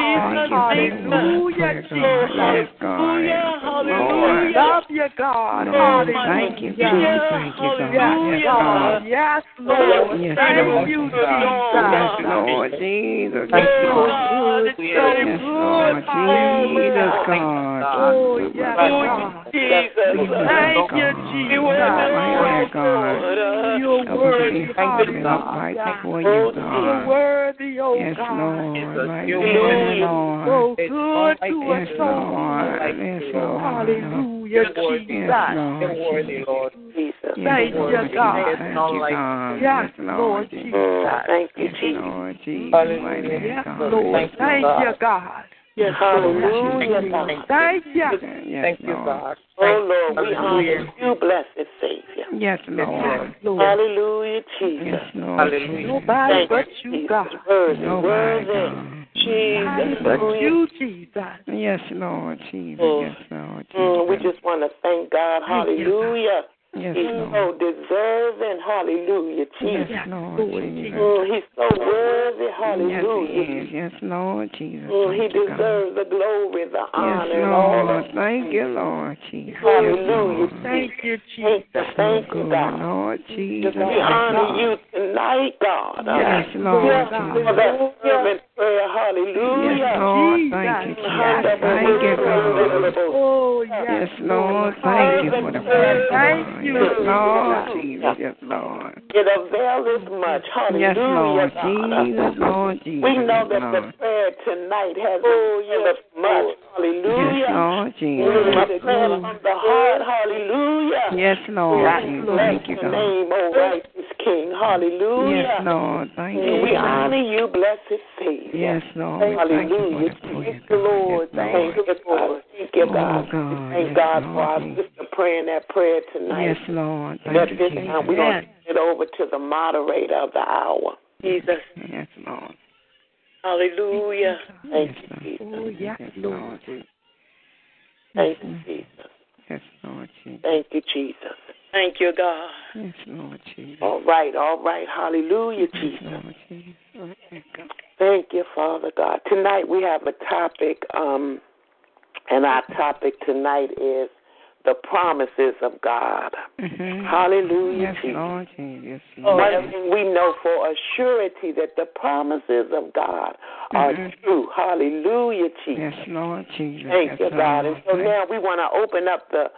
[SPEAKER 4] Thank
[SPEAKER 6] you,
[SPEAKER 4] you.
[SPEAKER 6] Lord. Praise God. Yes, God.
[SPEAKER 4] Hallelujah.
[SPEAKER 6] Yes,
[SPEAKER 4] Hallelujah.
[SPEAKER 6] Lord. Lord, Thank you, God. Thank you, God. Yes, God.
[SPEAKER 7] Yes,
[SPEAKER 4] Lord.
[SPEAKER 7] Lord.
[SPEAKER 6] Yes, Lord.
[SPEAKER 7] Thank you,
[SPEAKER 6] Yes, Lord Jesus.
[SPEAKER 7] Jesus.
[SPEAKER 4] Thank
[SPEAKER 6] Yes,
[SPEAKER 4] you,
[SPEAKER 6] Lord.
[SPEAKER 4] God. It's so good.
[SPEAKER 6] Yes, Lord
[SPEAKER 4] Oh,
[SPEAKER 6] Jesus,
[SPEAKER 4] Lord.
[SPEAKER 6] God.
[SPEAKER 5] God.
[SPEAKER 6] Oh, yes,
[SPEAKER 4] Oh,
[SPEAKER 6] God.
[SPEAKER 4] Jesus. Thank you, Jesus. You are
[SPEAKER 6] Thank you, God.
[SPEAKER 4] God.
[SPEAKER 3] You're worthy,
[SPEAKER 6] Everything
[SPEAKER 3] Father
[SPEAKER 6] falling
[SPEAKER 3] God.
[SPEAKER 6] upright before
[SPEAKER 4] Oh,
[SPEAKER 6] you,
[SPEAKER 4] you're
[SPEAKER 6] God.
[SPEAKER 4] worthy, oh
[SPEAKER 6] Yes,
[SPEAKER 4] God.
[SPEAKER 6] Lord. Like
[SPEAKER 3] You're
[SPEAKER 6] you,
[SPEAKER 4] worthy.
[SPEAKER 6] Lord.
[SPEAKER 4] So good to us,
[SPEAKER 6] Yes, Lord.
[SPEAKER 4] oh God.
[SPEAKER 6] Yes, Lord.
[SPEAKER 4] Hallelujah,
[SPEAKER 6] Yes,
[SPEAKER 4] Jesus.
[SPEAKER 6] Lord.
[SPEAKER 3] Lord.
[SPEAKER 5] Jesus.
[SPEAKER 6] Yes,
[SPEAKER 4] Thank you,
[SPEAKER 6] Lord.
[SPEAKER 4] God.
[SPEAKER 6] Thank you, God.
[SPEAKER 4] Yes, Lord
[SPEAKER 6] Jesus.
[SPEAKER 5] Mm,
[SPEAKER 4] Jesus.
[SPEAKER 5] thank you,
[SPEAKER 6] Yes,
[SPEAKER 5] Jesus.
[SPEAKER 6] Lord Jesus.
[SPEAKER 3] Hallelujah.
[SPEAKER 6] Yes,
[SPEAKER 4] Yes,
[SPEAKER 6] God.
[SPEAKER 4] Lord. Thank you, God. Yes, Lord.
[SPEAKER 5] Hallelujah, God.
[SPEAKER 4] Thank you.
[SPEAKER 6] Yes,
[SPEAKER 3] Thank you,
[SPEAKER 6] Lord.
[SPEAKER 3] God.
[SPEAKER 5] Oh, Lord, we honor you, blessed Savior.
[SPEAKER 6] Yes, Lord.
[SPEAKER 4] Yes, Lord.
[SPEAKER 5] Hallelujah, Jesus.
[SPEAKER 6] Yes, Lord.
[SPEAKER 3] Hallelujah.
[SPEAKER 6] Jesus.
[SPEAKER 4] Nobody
[SPEAKER 5] Thank
[SPEAKER 4] but you,
[SPEAKER 5] Jesus.
[SPEAKER 4] God.
[SPEAKER 5] Worthy,
[SPEAKER 6] Oh, my
[SPEAKER 5] worthy.
[SPEAKER 6] God.
[SPEAKER 5] Jesus,
[SPEAKER 4] Nobody but
[SPEAKER 5] hallelujah.
[SPEAKER 4] you, Jesus.
[SPEAKER 6] Yes, Lord Jesus.
[SPEAKER 5] Oh.
[SPEAKER 6] Yes, Lord
[SPEAKER 5] Mm, we
[SPEAKER 6] Jesus.
[SPEAKER 5] just want to thank God.
[SPEAKER 4] Thank you, God.
[SPEAKER 5] Hallelujah.
[SPEAKER 6] Yes,
[SPEAKER 5] He's
[SPEAKER 6] Lord.
[SPEAKER 5] so deserving. Hallelujah,
[SPEAKER 6] Yes,
[SPEAKER 5] Jesus.
[SPEAKER 6] Lord Jesus.
[SPEAKER 5] Mm, he's so worthy.
[SPEAKER 6] Yes, He
[SPEAKER 5] Hallelujah.
[SPEAKER 6] is. Yes, Lord Jesus.
[SPEAKER 5] Mm, he
[SPEAKER 6] Thank you, God.
[SPEAKER 5] deserves the glory, the
[SPEAKER 6] Yes,
[SPEAKER 5] honor, and all
[SPEAKER 6] Lord.
[SPEAKER 5] of it.
[SPEAKER 6] Thank you, Lord Jesus. Yes,
[SPEAKER 5] Hallelujah,
[SPEAKER 6] Lord.
[SPEAKER 4] Thank you, Jesus.
[SPEAKER 5] Thank you,
[SPEAKER 6] So
[SPEAKER 5] thank you,
[SPEAKER 6] good,
[SPEAKER 5] God.
[SPEAKER 6] Lord Jesus.
[SPEAKER 5] We honor you tonight, God.
[SPEAKER 6] Yes, Lord
[SPEAKER 5] Yes,
[SPEAKER 6] Jesus.
[SPEAKER 5] for that fervent prayer.
[SPEAKER 6] Yes,
[SPEAKER 5] Hallelujah.
[SPEAKER 6] Lord. Thank you,
[SPEAKER 4] Jesus.
[SPEAKER 6] Jesus. Thank you, God.
[SPEAKER 4] Oh,
[SPEAKER 6] Yes,
[SPEAKER 4] yes.
[SPEAKER 6] Lord. Thank you for the prayer.
[SPEAKER 4] Thank
[SPEAKER 6] God.
[SPEAKER 4] you.
[SPEAKER 6] Yes, Lord Jesus. Yes, Lord.
[SPEAKER 5] It availeth much. Hallelujah,
[SPEAKER 6] Yes, Lord
[SPEAKER 5] God.
[SPEAKER 6] Jesus, Lord Jesus.
[SPEAKER 5] We know
[SPEAKER 6] yes,
[SPEAKER 5] that the
[SPEAKER 6] Lord. Oh,
[SPEAKER 5] prayer tonight has availeth much.
[SPEAKER 6] Yes,
[SPEAKER 5] Hallelujah.
[SPEAKER 6] Lord
[SPEAKER 5] Mm,
[SPEAKER 6] Jesus.
[SPEAKER 5] the prayer from the heart. Hallelujah.
[SPEAKER 6] Yes, Lord
[SPEAKER 5] Bless
[SPEAKER 6] Jesus.
[SPEAKER 5] bless
[SPEAKER 6] Thank you,
[SPEAKER 5] the
[SPEAKER 6] God.
[SPEAKER 5] name, O righteous King. Hallelujah.
[SPEAKER 6] Yes, Lord. Thank you.
[SPEAKER 5] We
[SPEAKER 6] God.
[SPEAKER 5] honor you, blessed Savior.
[SPEAKER 6] Yes, Lord. We thank you for
[SPEAKER 5] Hallelujah.
[SPEAKER 6] the prayer,
[SPEAKER 5] Thank you,
[SPEAKER 6] God.
[SPEAKER 5] Lord.
[SPEAKER 6] Yes,
[SPEAKER 5] Thank you, God. Thank you, God.
[SPEAKER 6] Lord. Oh, God.
[SPEAKER 5] Thank
[SPEAKER 6] Yes,
[SPEAKER 5] God for our
[SPEAKER 6] Lord.
[SPEAKER 5] sister praying that prayer
[SPEAKER 6] Yes,
[SPEAKER 5] tonight.
[SPEAKER 6] Lord.
[SPEAKER 5] At
[SPEAKER 6] Thank you,
[SPEAKER 5] this time, we're
[SPEAKER 6] Jesus.
[SPEAKER 5] going to turn it over to the moderator of the hour.
[SPEAKER 4] Jesus.
[SPEAKER 6] Yes, Lord.
[SPEAKER 5] Oh, Hallelujah. Thank
[SPEAKER 6] Yes,
[SPEAKER 5] you,
[SPEAKER 6] Lord.
[SPEAKER 5] Jesus.
[SPEAKER 4] Oh, yes,
[SPEAKER 6] Yes,
[SPEAKER 4] Lord.
[SPEAKER 6] Lord Jesus.
[SPEAKER 5] Thank you, Jesus.
[SPEAKER 6] Yes, Lord Jesus.
[SPEAKER 5] Thank you, Jesus.
[SPEAKER 4] Thank you, God.
[SPEAKER 6] Yes, Lord Jesus.
[SPEAKER 5] All right, all right. Hallelujah,
[SPEAKER 6] Yes,
[SPEAKER 5] Jesus.
[SPEAKER 6] Lord Jesus.
[SPEAKER 5] Thank you, Father God. Tonight we have a topic, um, and our topic tonight is the promises of God.
[SPEAKER 6] Mhm.
[SPEAKER 5] Hallelujah,
[SPEAKER 6] Yes,
[SPEAKER 5] Jesus. Oh,
[SPEAKER 6] Lord Jesus. Oh, Yes, Lord.
[SPEAKER 5] One thing we know for a surety that the promises of God are
[SPEAKER 6] Mhm.
[SPEAKER 5] true. Hallelujah, Jesus.
[SPEAKER 6] Yes, Lord Jesus.
[SPEAKER 5] Thank you,
[SPEAKER 6] yes,
[SPEAKER 5] God. And
[SPEAKER 6] Lord.
[SPEAKER 5] so
[SPEAKER 6] Thank-
[SPEAKER 5] now we want to open up the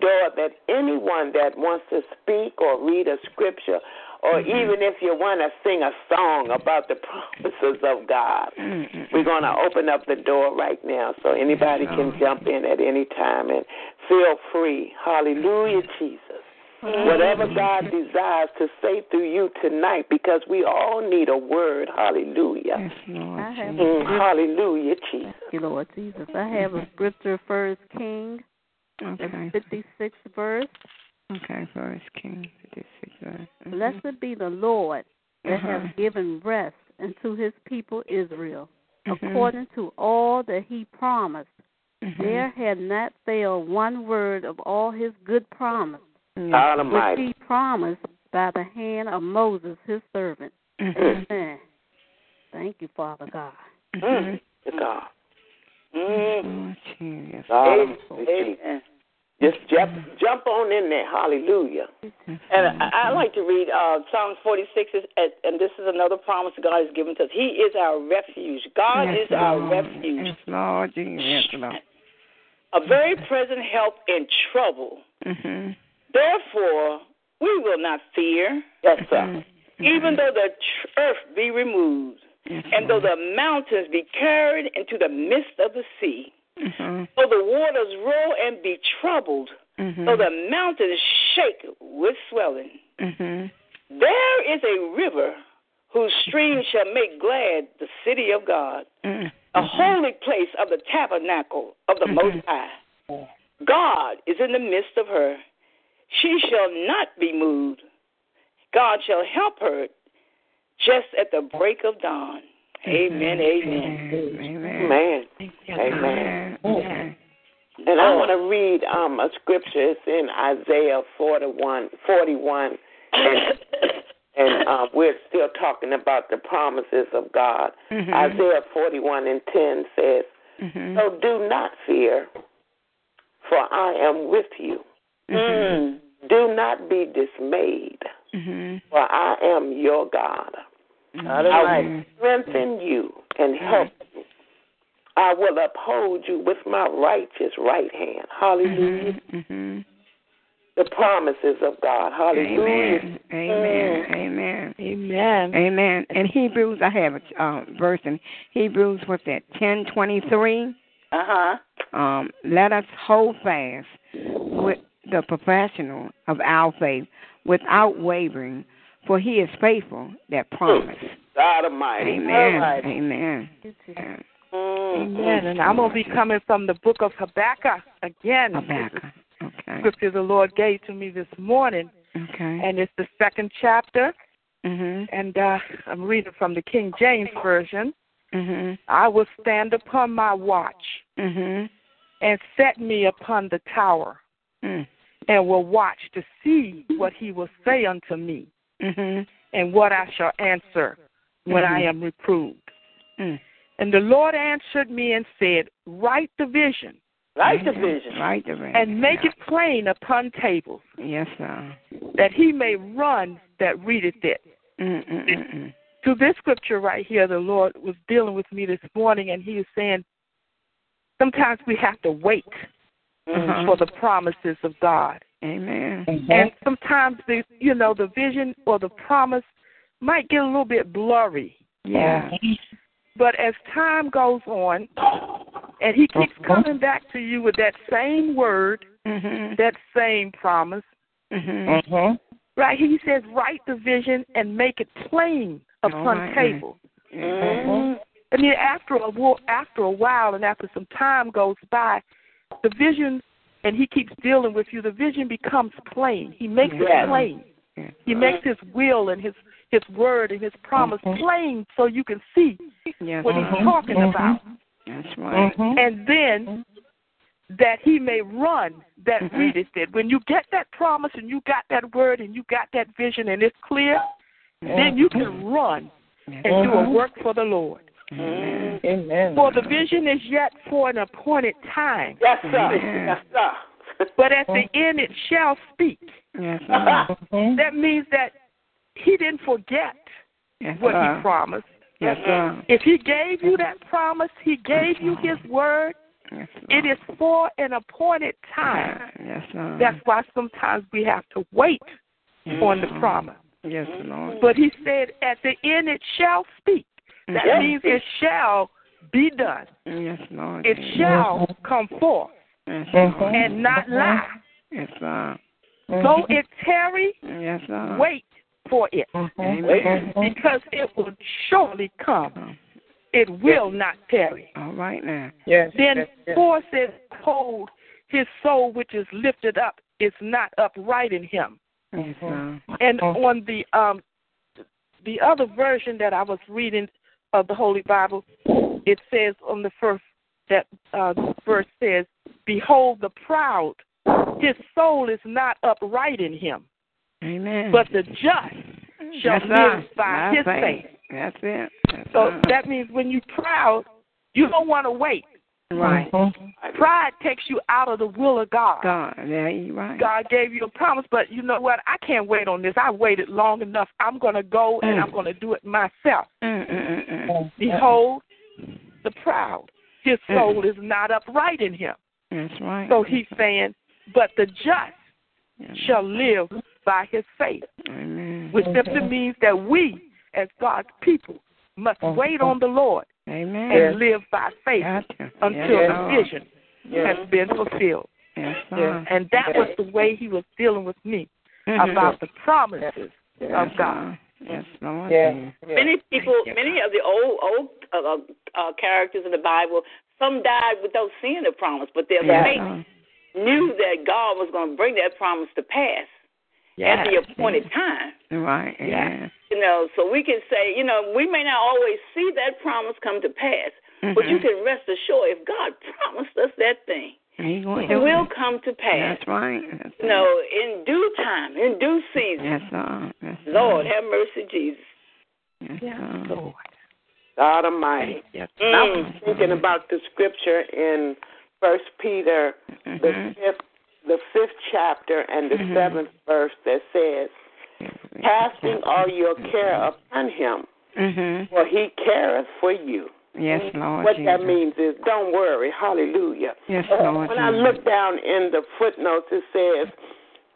[SPEAKER 5] door that anyone that wants to speak or read a scripture, or
[SPEAKER 6] Mm-hmm.
[SPEAKER 5] even if you want to sing a song about the promises of God,
[SPEAKER 6] Mm-mm.
[SPEAKER 5] we're going to open up the door right now so anybody can
[SPEAKER 6] Lord.
[SPEAKER 5] jump in at any time and feel free. Hallelujah, Jesus. Whatever God desires to say through you tonight, because we all need a word. Hallelujah.
[SPEAKER 6] Yes, Lord.
[SPEAKER 7] I have-
[SPEAKER 6] Jesus.
[SPEAKER 5] Mm, hallelujah, Jesus.
[SPEAKER 7] Thank you, Lord Jesus. I have a scripture, First King,
[SPEAKER 6] Okay.
[SPEAKER 7] the 56th verse.
[SPEAKER 6] Okay, First King 56. verse. Mhm.
[SPEAKER 7] Blessed be the Lord that
[SPEAKER 6] Uh-huh.
[SPEAKER 7] hath given rest unto his people Israel,
[SPEAKER 6] Mhm.
[SPEAKER 7] according to all that he promised.
[SPEAKER 8] Mm-hmm.
[SPEAKER 6] Mhm.
[SPEAKER 7] There had not failed one word of all his good promise,
[SPEAKER 6] Yes.
[SPEAKER 5] God
[SPEAKER 7] which
[SPEAKER 5] Almighty.
[SPEAKER 7] he promised by the hand of Moses, his servant.
[SPEAKER 6] Mhm.
[SPEAKER 7] Amen. Thank you, Father God.
[SPEAKER 6] Mhm.
[SPEAKER 5] to God.
[SPEAKER 6] Yes,
[SPEAKER 5] Mm.
[SPEAKER 6] Lord Jesus.
[SPEAKER 5] God, just jump, jump on in there. Hallelujah.
[SPEAKER 9] And I, I like to read uh, Psalms 46, is, and and this is another promise God has given to us. He is our refuge. God
[SPEAKER 6] Yes,
[SPEAKER 9] is our
[SPEAKER 6] Lord.
[SPEAKER 9] refuge,
[SPEAKER 6] Yes, Lord Jesus. Yes, Lord.
[SPEAKER 9] a very present help in trouble.
[SPEAKER 6] Mhm.
[SPEAKER 9] Therefore, we will not fear,
[SPEAKER 5] Yes, sir.
[SPEAKER 6] Mhm.
[SPEAKER 9] even though the tr- earth be removed,
[SPEAKER 6] Yes,
[SPEAKER 9] and though
[SPEAKER 6] Lord.
[SPEAKER 9] the mountains be carried into the midst of the sea.
[SPEAKER 6] Mhm.
[SPEAKER 9] Though the waters roll and be troubled, though
[SPEAKER 6] Mhm.
[SPEAKER 9] the mountains shake with swelling.
[SPEAKER 6] Mhm.
[SPEAKER 9] There is a river whose stream shall make glad the city of God,
[SPEAKER 6] Mhm.
[SPEAKER 5] Oh,
[SPEAKER 9] a holy place of the tabernacle of the Most High. God is in the midst of her. She shall not be moved. God shall help her just at the break of dawn. Amen, amen.
[SPEAKER 6] Amen.
[SPEAKER 5] Amen. Amen.
[SPEAKER 6] Mm-hmm. Amen. Amen.
[SPEAKER 5] And
[SPEAKER 6] Oh.
[SPEAKER 5] I want to read um, a scripture. It's in Isaiah 41, 41 and, and um, we're still talking about the promises of God.
[SPEAKER 6] Mm-hmm.
[SPEAKER 5] Isaiah 41 and 10 says,
[SPEAKER 6] Mhm.
[SPEAKER 5] So do not fear, for I am with you.
[SPEAKER 9] Mm.
[SPEAKER 5] Do not be dismayed,
[SPEAKER 6] Mhm.
[SPEAKER 5] for I am your God.
[SPEAKER 6] Mhm.
[SPEAKER 5] I will strengthen you and help you. I will uphold you with my righteous right hand. Hallelujah.
[SPEAKER 6] Mm-hmm.
[SPEAKER 5] The promises of God. Hallelujah.
[SPEAKER 6] Amen. Amen. Amen.
[SPEAKER 10] Amen.
[SPEAKER 6] Amen. In Hebrews, I have a uh, verse in Hebrews. What's that? Ten twenty three.
[SPEAKER 9] Uh huh.
[SPEAKER 6] Um, let us hold fast with the professional of our faith without wavering, for He is faithful that promise.
[SPEAKER 5] God Almighty.
[SPEAKER 6] Amen.
[SPEAKER 5] Alright.
[SPEAKER 6] Amen. Amen.
[SPEAKER 10] Amen. And I'm going to be coming from the book of Habakkuk again.
[SPEAKER 6] Habakkuk. Okay.
[SPEAKER 10] Scripture the Lord gave to me this morning,
[SPEAKER 6] Okay.
[SPEAKER 10] and it's the second chapter,
[SPEAKER 6] Mhm.
[SPEAKER 10] and uh, I'm reading from the King James Version.
[SPEAKER 6] Mhm.
[SPEAKER 10] I will stand upon my watch
[SPEAKER 6] Mhm.
[SPEAKER 10] and set me upon the tower,
[SPEAKER 6] Mm.
[SPEAKER 10] and will watch to see what he will say unto me,
[SPEAKER 6] Mhm.
[SPEAKER 10] and what I shall answer when I
[SPEAKER 6] Mhm.
[SPEAKER 10] am reproved.
[SPEAKER 6] Mm.
[SPEAKER 10] And the Lord answered me and said, Write the vision
[SPEAKER 5] Right
[SPEAKER 6] Mm-hmm.
[SPEAKER 5] division.
[SPEAKER 6] Right division.
[SPEAKER 10] and make it plain upon tables,
[SPEAKER 6] Yes, sir.
[SPEAKER 10] that he may run that readeth it.
[SPEAKER 6] Mm. Mm. mm, mm.
[SPEAKER 10] To this scripture right here, the Lord was dealing with me this morning, and He is saying, sometimes we have to wait
[SPEAKER 6] Uh-huh.
[SPEAKER 10] for the promises of God,
[SPEAKER 6] Amen.
[SPEAKER 10] and sometimes the you know the vision or the promise might get a little bit blurry.
[SPEAKER 6] Yeah.
[SPEAKER 10] But as time goes on, and He keeps coming back to you with that same word,
[SPEAKER 6] Mhm.
[SPEAKER 10] that same promise,
[SPEAKER 6] Mhm.
[SPEAKER 10] right? He says, write the vision and make it plain upon
[SPEAKER 6] Alright.
[SPEAKER 10] table. Mm-hmm.
[SPEAKER 6] Yeah.
[SPEAKER 10] I mean, after a while, after a while, and after some time goes by, the vision, and he keeps dealing with you. The vision becomes plain. He makes
[SPEAKER 6] Yeah.
[SPEAKER 10] it plain.
[SPEAKER 6] Yeah.
[SPEAKER 10] He makes his will and his his word and his promise plain, so you can see
[SPEAKER 6] Yes,
[SPEAKER 10] what
[SPEAKER 6] sir.
[SPEAKER 10] he's talking
[SPEAKER 6] Mm-hmm.
[SPEAKER 10] about.
[SPEAKER 6] That's right.
[SPEAKER 10] And then that he may run that
[SPEAKER 6] Mhm.
[SPEAKER 10] readeth it. When you get that promise and you got that word and you got that vision and it's clear, then you
[SPEAKER 6] Mm-hmm.
[SPEAKER 10] can run and do a work for the Lord.
[SPEAKER 6] Amen.
[SPEAKER 10] For the vision is yet for an appointed time,
[SPEAKER 5] Yes, sir.
[SPEAKER 6] Amen.
[SPEAKER 5] Yes, sir.
[SPEAKER 10] but at the
[SPEAKER 6] Mm-hmm.
[SPEAKER 10] end it shall speak.
[SPEAKER 6] Yes, sir.
[SPEAKER 10] That means that he didn't forget
[SPEAKER 6] Yes,
[SPEAKER 10] what
[SPEAKER 6] sir.
[SPEAKER 10] he promised.
[SPEAKER 6] Yes, sir.
[SPEAKER 10] If he gave you that promise, he gave you his word,
[SPEAKER 6] Yes, sir.
[SPEAKER 10] it is for an appointed time.
[SPEAKER 6] Yes, sir.
[SPEAKER 10] That's why sometimes we have to wait on the promise.
[SPEAKER 6] yes, Lord.
[SPEAKER 10] But he said, at the end it shall speak. That
[SPEAKER 5] Yes.
[SPEAKER 10] means it shall be done,
[SPEAKER 6] Yes, Lord.
[SPEAKER 10] it shall come forth
[SPEAKER 6] Yes, Lord.
[SPEAKER 10] and
[SPEAKER 6] Mm-hmm.
[SPEAKER 10] not lie.
[SPEAKER 6] Yes, sir. Mm-hmm.
[SPEAKER 10] Though it tarry,
[SPEAKER 6] Yes, sir.
[SPEAKER 10] wait for it
[SPEAKER 6] Amen.
[SPEAKER 10] because it will surely come. It will not tarry.
[SPEAKER 6] All right now.
[SPEAKER 10] Then four says, Hold his soul which is lifted up is not upright in him.
[SPEAKER 6] Yes, sir. Mm-hmm.
[SPEAKER 10] And on the um the other version that I was reading of the Holy Bible, it says on the first that uh, verse says, Behold the proud, his soul is not upright in him,
[SPEAKER 6] Amen.
[SPEAKER 10] but the just shall
[SPEAKER 6] Mm. yes, sir. Mm.
[SPEAKER 10] live by
[SPEAKER 6] My
[SPEAKER 10] his faith.
[SPEAKER 6] That's it. That's
[SPEAKER 10] So
[SPEAKER 6] it.
[SPEAKER 10] that means when you're proud, you don't want to wait.
[SPEAKER 6] right.
[SPEAKER 10] Pride takes you out of the will of God.
[SPEAKER 6] God, yeah, you right.
[SPEAKER 10] God gave you a promise, but you know what? I can't wait on this. I waited long enough. I'm going to go and I'm going to do it myself.
[SPEAKER 6] Mm, mm, mm, mm.
[SPEAKER 10] Behold, the proud, his soul is not upright in him.
[SPEAKER 6] That's Mm. right.
[SPEAKER 10] So he's saying, but the just
[SPEAKER 6] Yes.
[SPEAKER 10] shall live by his faith,
[SPEAKER 6] Amen.
[SPEAKER 10] which simply means that we, as God's people, must
[SPEAKER 6] Mm-hmm.
[SPEAKER 10] wait on the Lord
[SPEAKER 6] Amen.
[SPEAKER 10] and live by faith
[SPEAKER 6] Gotcha.
[SPEAKER 10] until
[SPEAKER 6] yes,
[SPEAKER 10] the
[SPEAKER 6] Lord.
[SPEAKER 10] vision has been fulfilled.
[SPEAKER 6] Yes, sir.
[SPEAKER 10] And that was the way he was dealing with me
[SPEAKER 6] Mhm.
[SPEAKER 10] about the promises of
[SPEAKER 6] Yes,
[SPEAKER 10] God.
[SPEAKER 6] Lord. Yes, Lord.
[SPEAKER 9] Many people, many of the old old uh, uh, characters in the Bible, some died without seeing the promise, but their
[SPEAKER 6] Yes,
[SPEAKER 9] faith
[SPEAKER 6] Lord.
[SPEAKER 9] knew that God was going to bring that promise to pass at the appointed time.
[SPEAKER 6] Right. Yeah.
[SPEAKER 9] You know, so we can say, you know, we may not always see that promise come to pass, but
[SPEAKER 6] Mm-hmm.
[SPEAKER 9] you can rest assured if God promised us that thing,
[SPEAKER 6] He gonna
[SPEAKER 9] it
[SPEAKER 6] do
[SPEAKER 9] will
[SPEAKER 6] it.
[SPEAKER 9] come to pass.
[SPEAKER 6] That's right. That's
[SPEAKER 9] You know, in due time, in due
[SPEAKER 6] It.
[SPEAKER 9] season.
[SPEAKER 6] Yes, sir. Yes, sir.
[SPEAKER 9] Lord, have mercy, Jesus.
[SPEAKER 6] Yes, sir.
[SPEAKER 5] God Almighty. And I was
[SPEAKER 9] Mm.
[SPEAKER 5] thinking about the scripture in First Peter, the
[SPEAKER 6] Mhm.
[SPEAKER 5] fifth, the fifth chapter and the
[SPEAKER 6] Mhm.
[SPEAKER 5] seventh verse that says,
[SPEAKER 6] Mm-hmm.
[SPEAKER 5] "Casting all your care upon Him,
[SPEAKER 6] Mhm.
[SPEAKER 5] for He careth for you."
[SPEAKER 6] Yes, Lord.
[SPEAKER 5] Mm, What
[SPEAKER 6] Jesus.
[SPEAKER 5] that means is don't worry. Hallelujah.
[SPEAKER 6] Yes,
[SPEAKER 5] Uh,
[SPEAKER 6] Lord.
[SPEAKER 5] when I
[SPEAKER 6] Jesus.
[SPEAKER 5] look down in the footnotes, it says,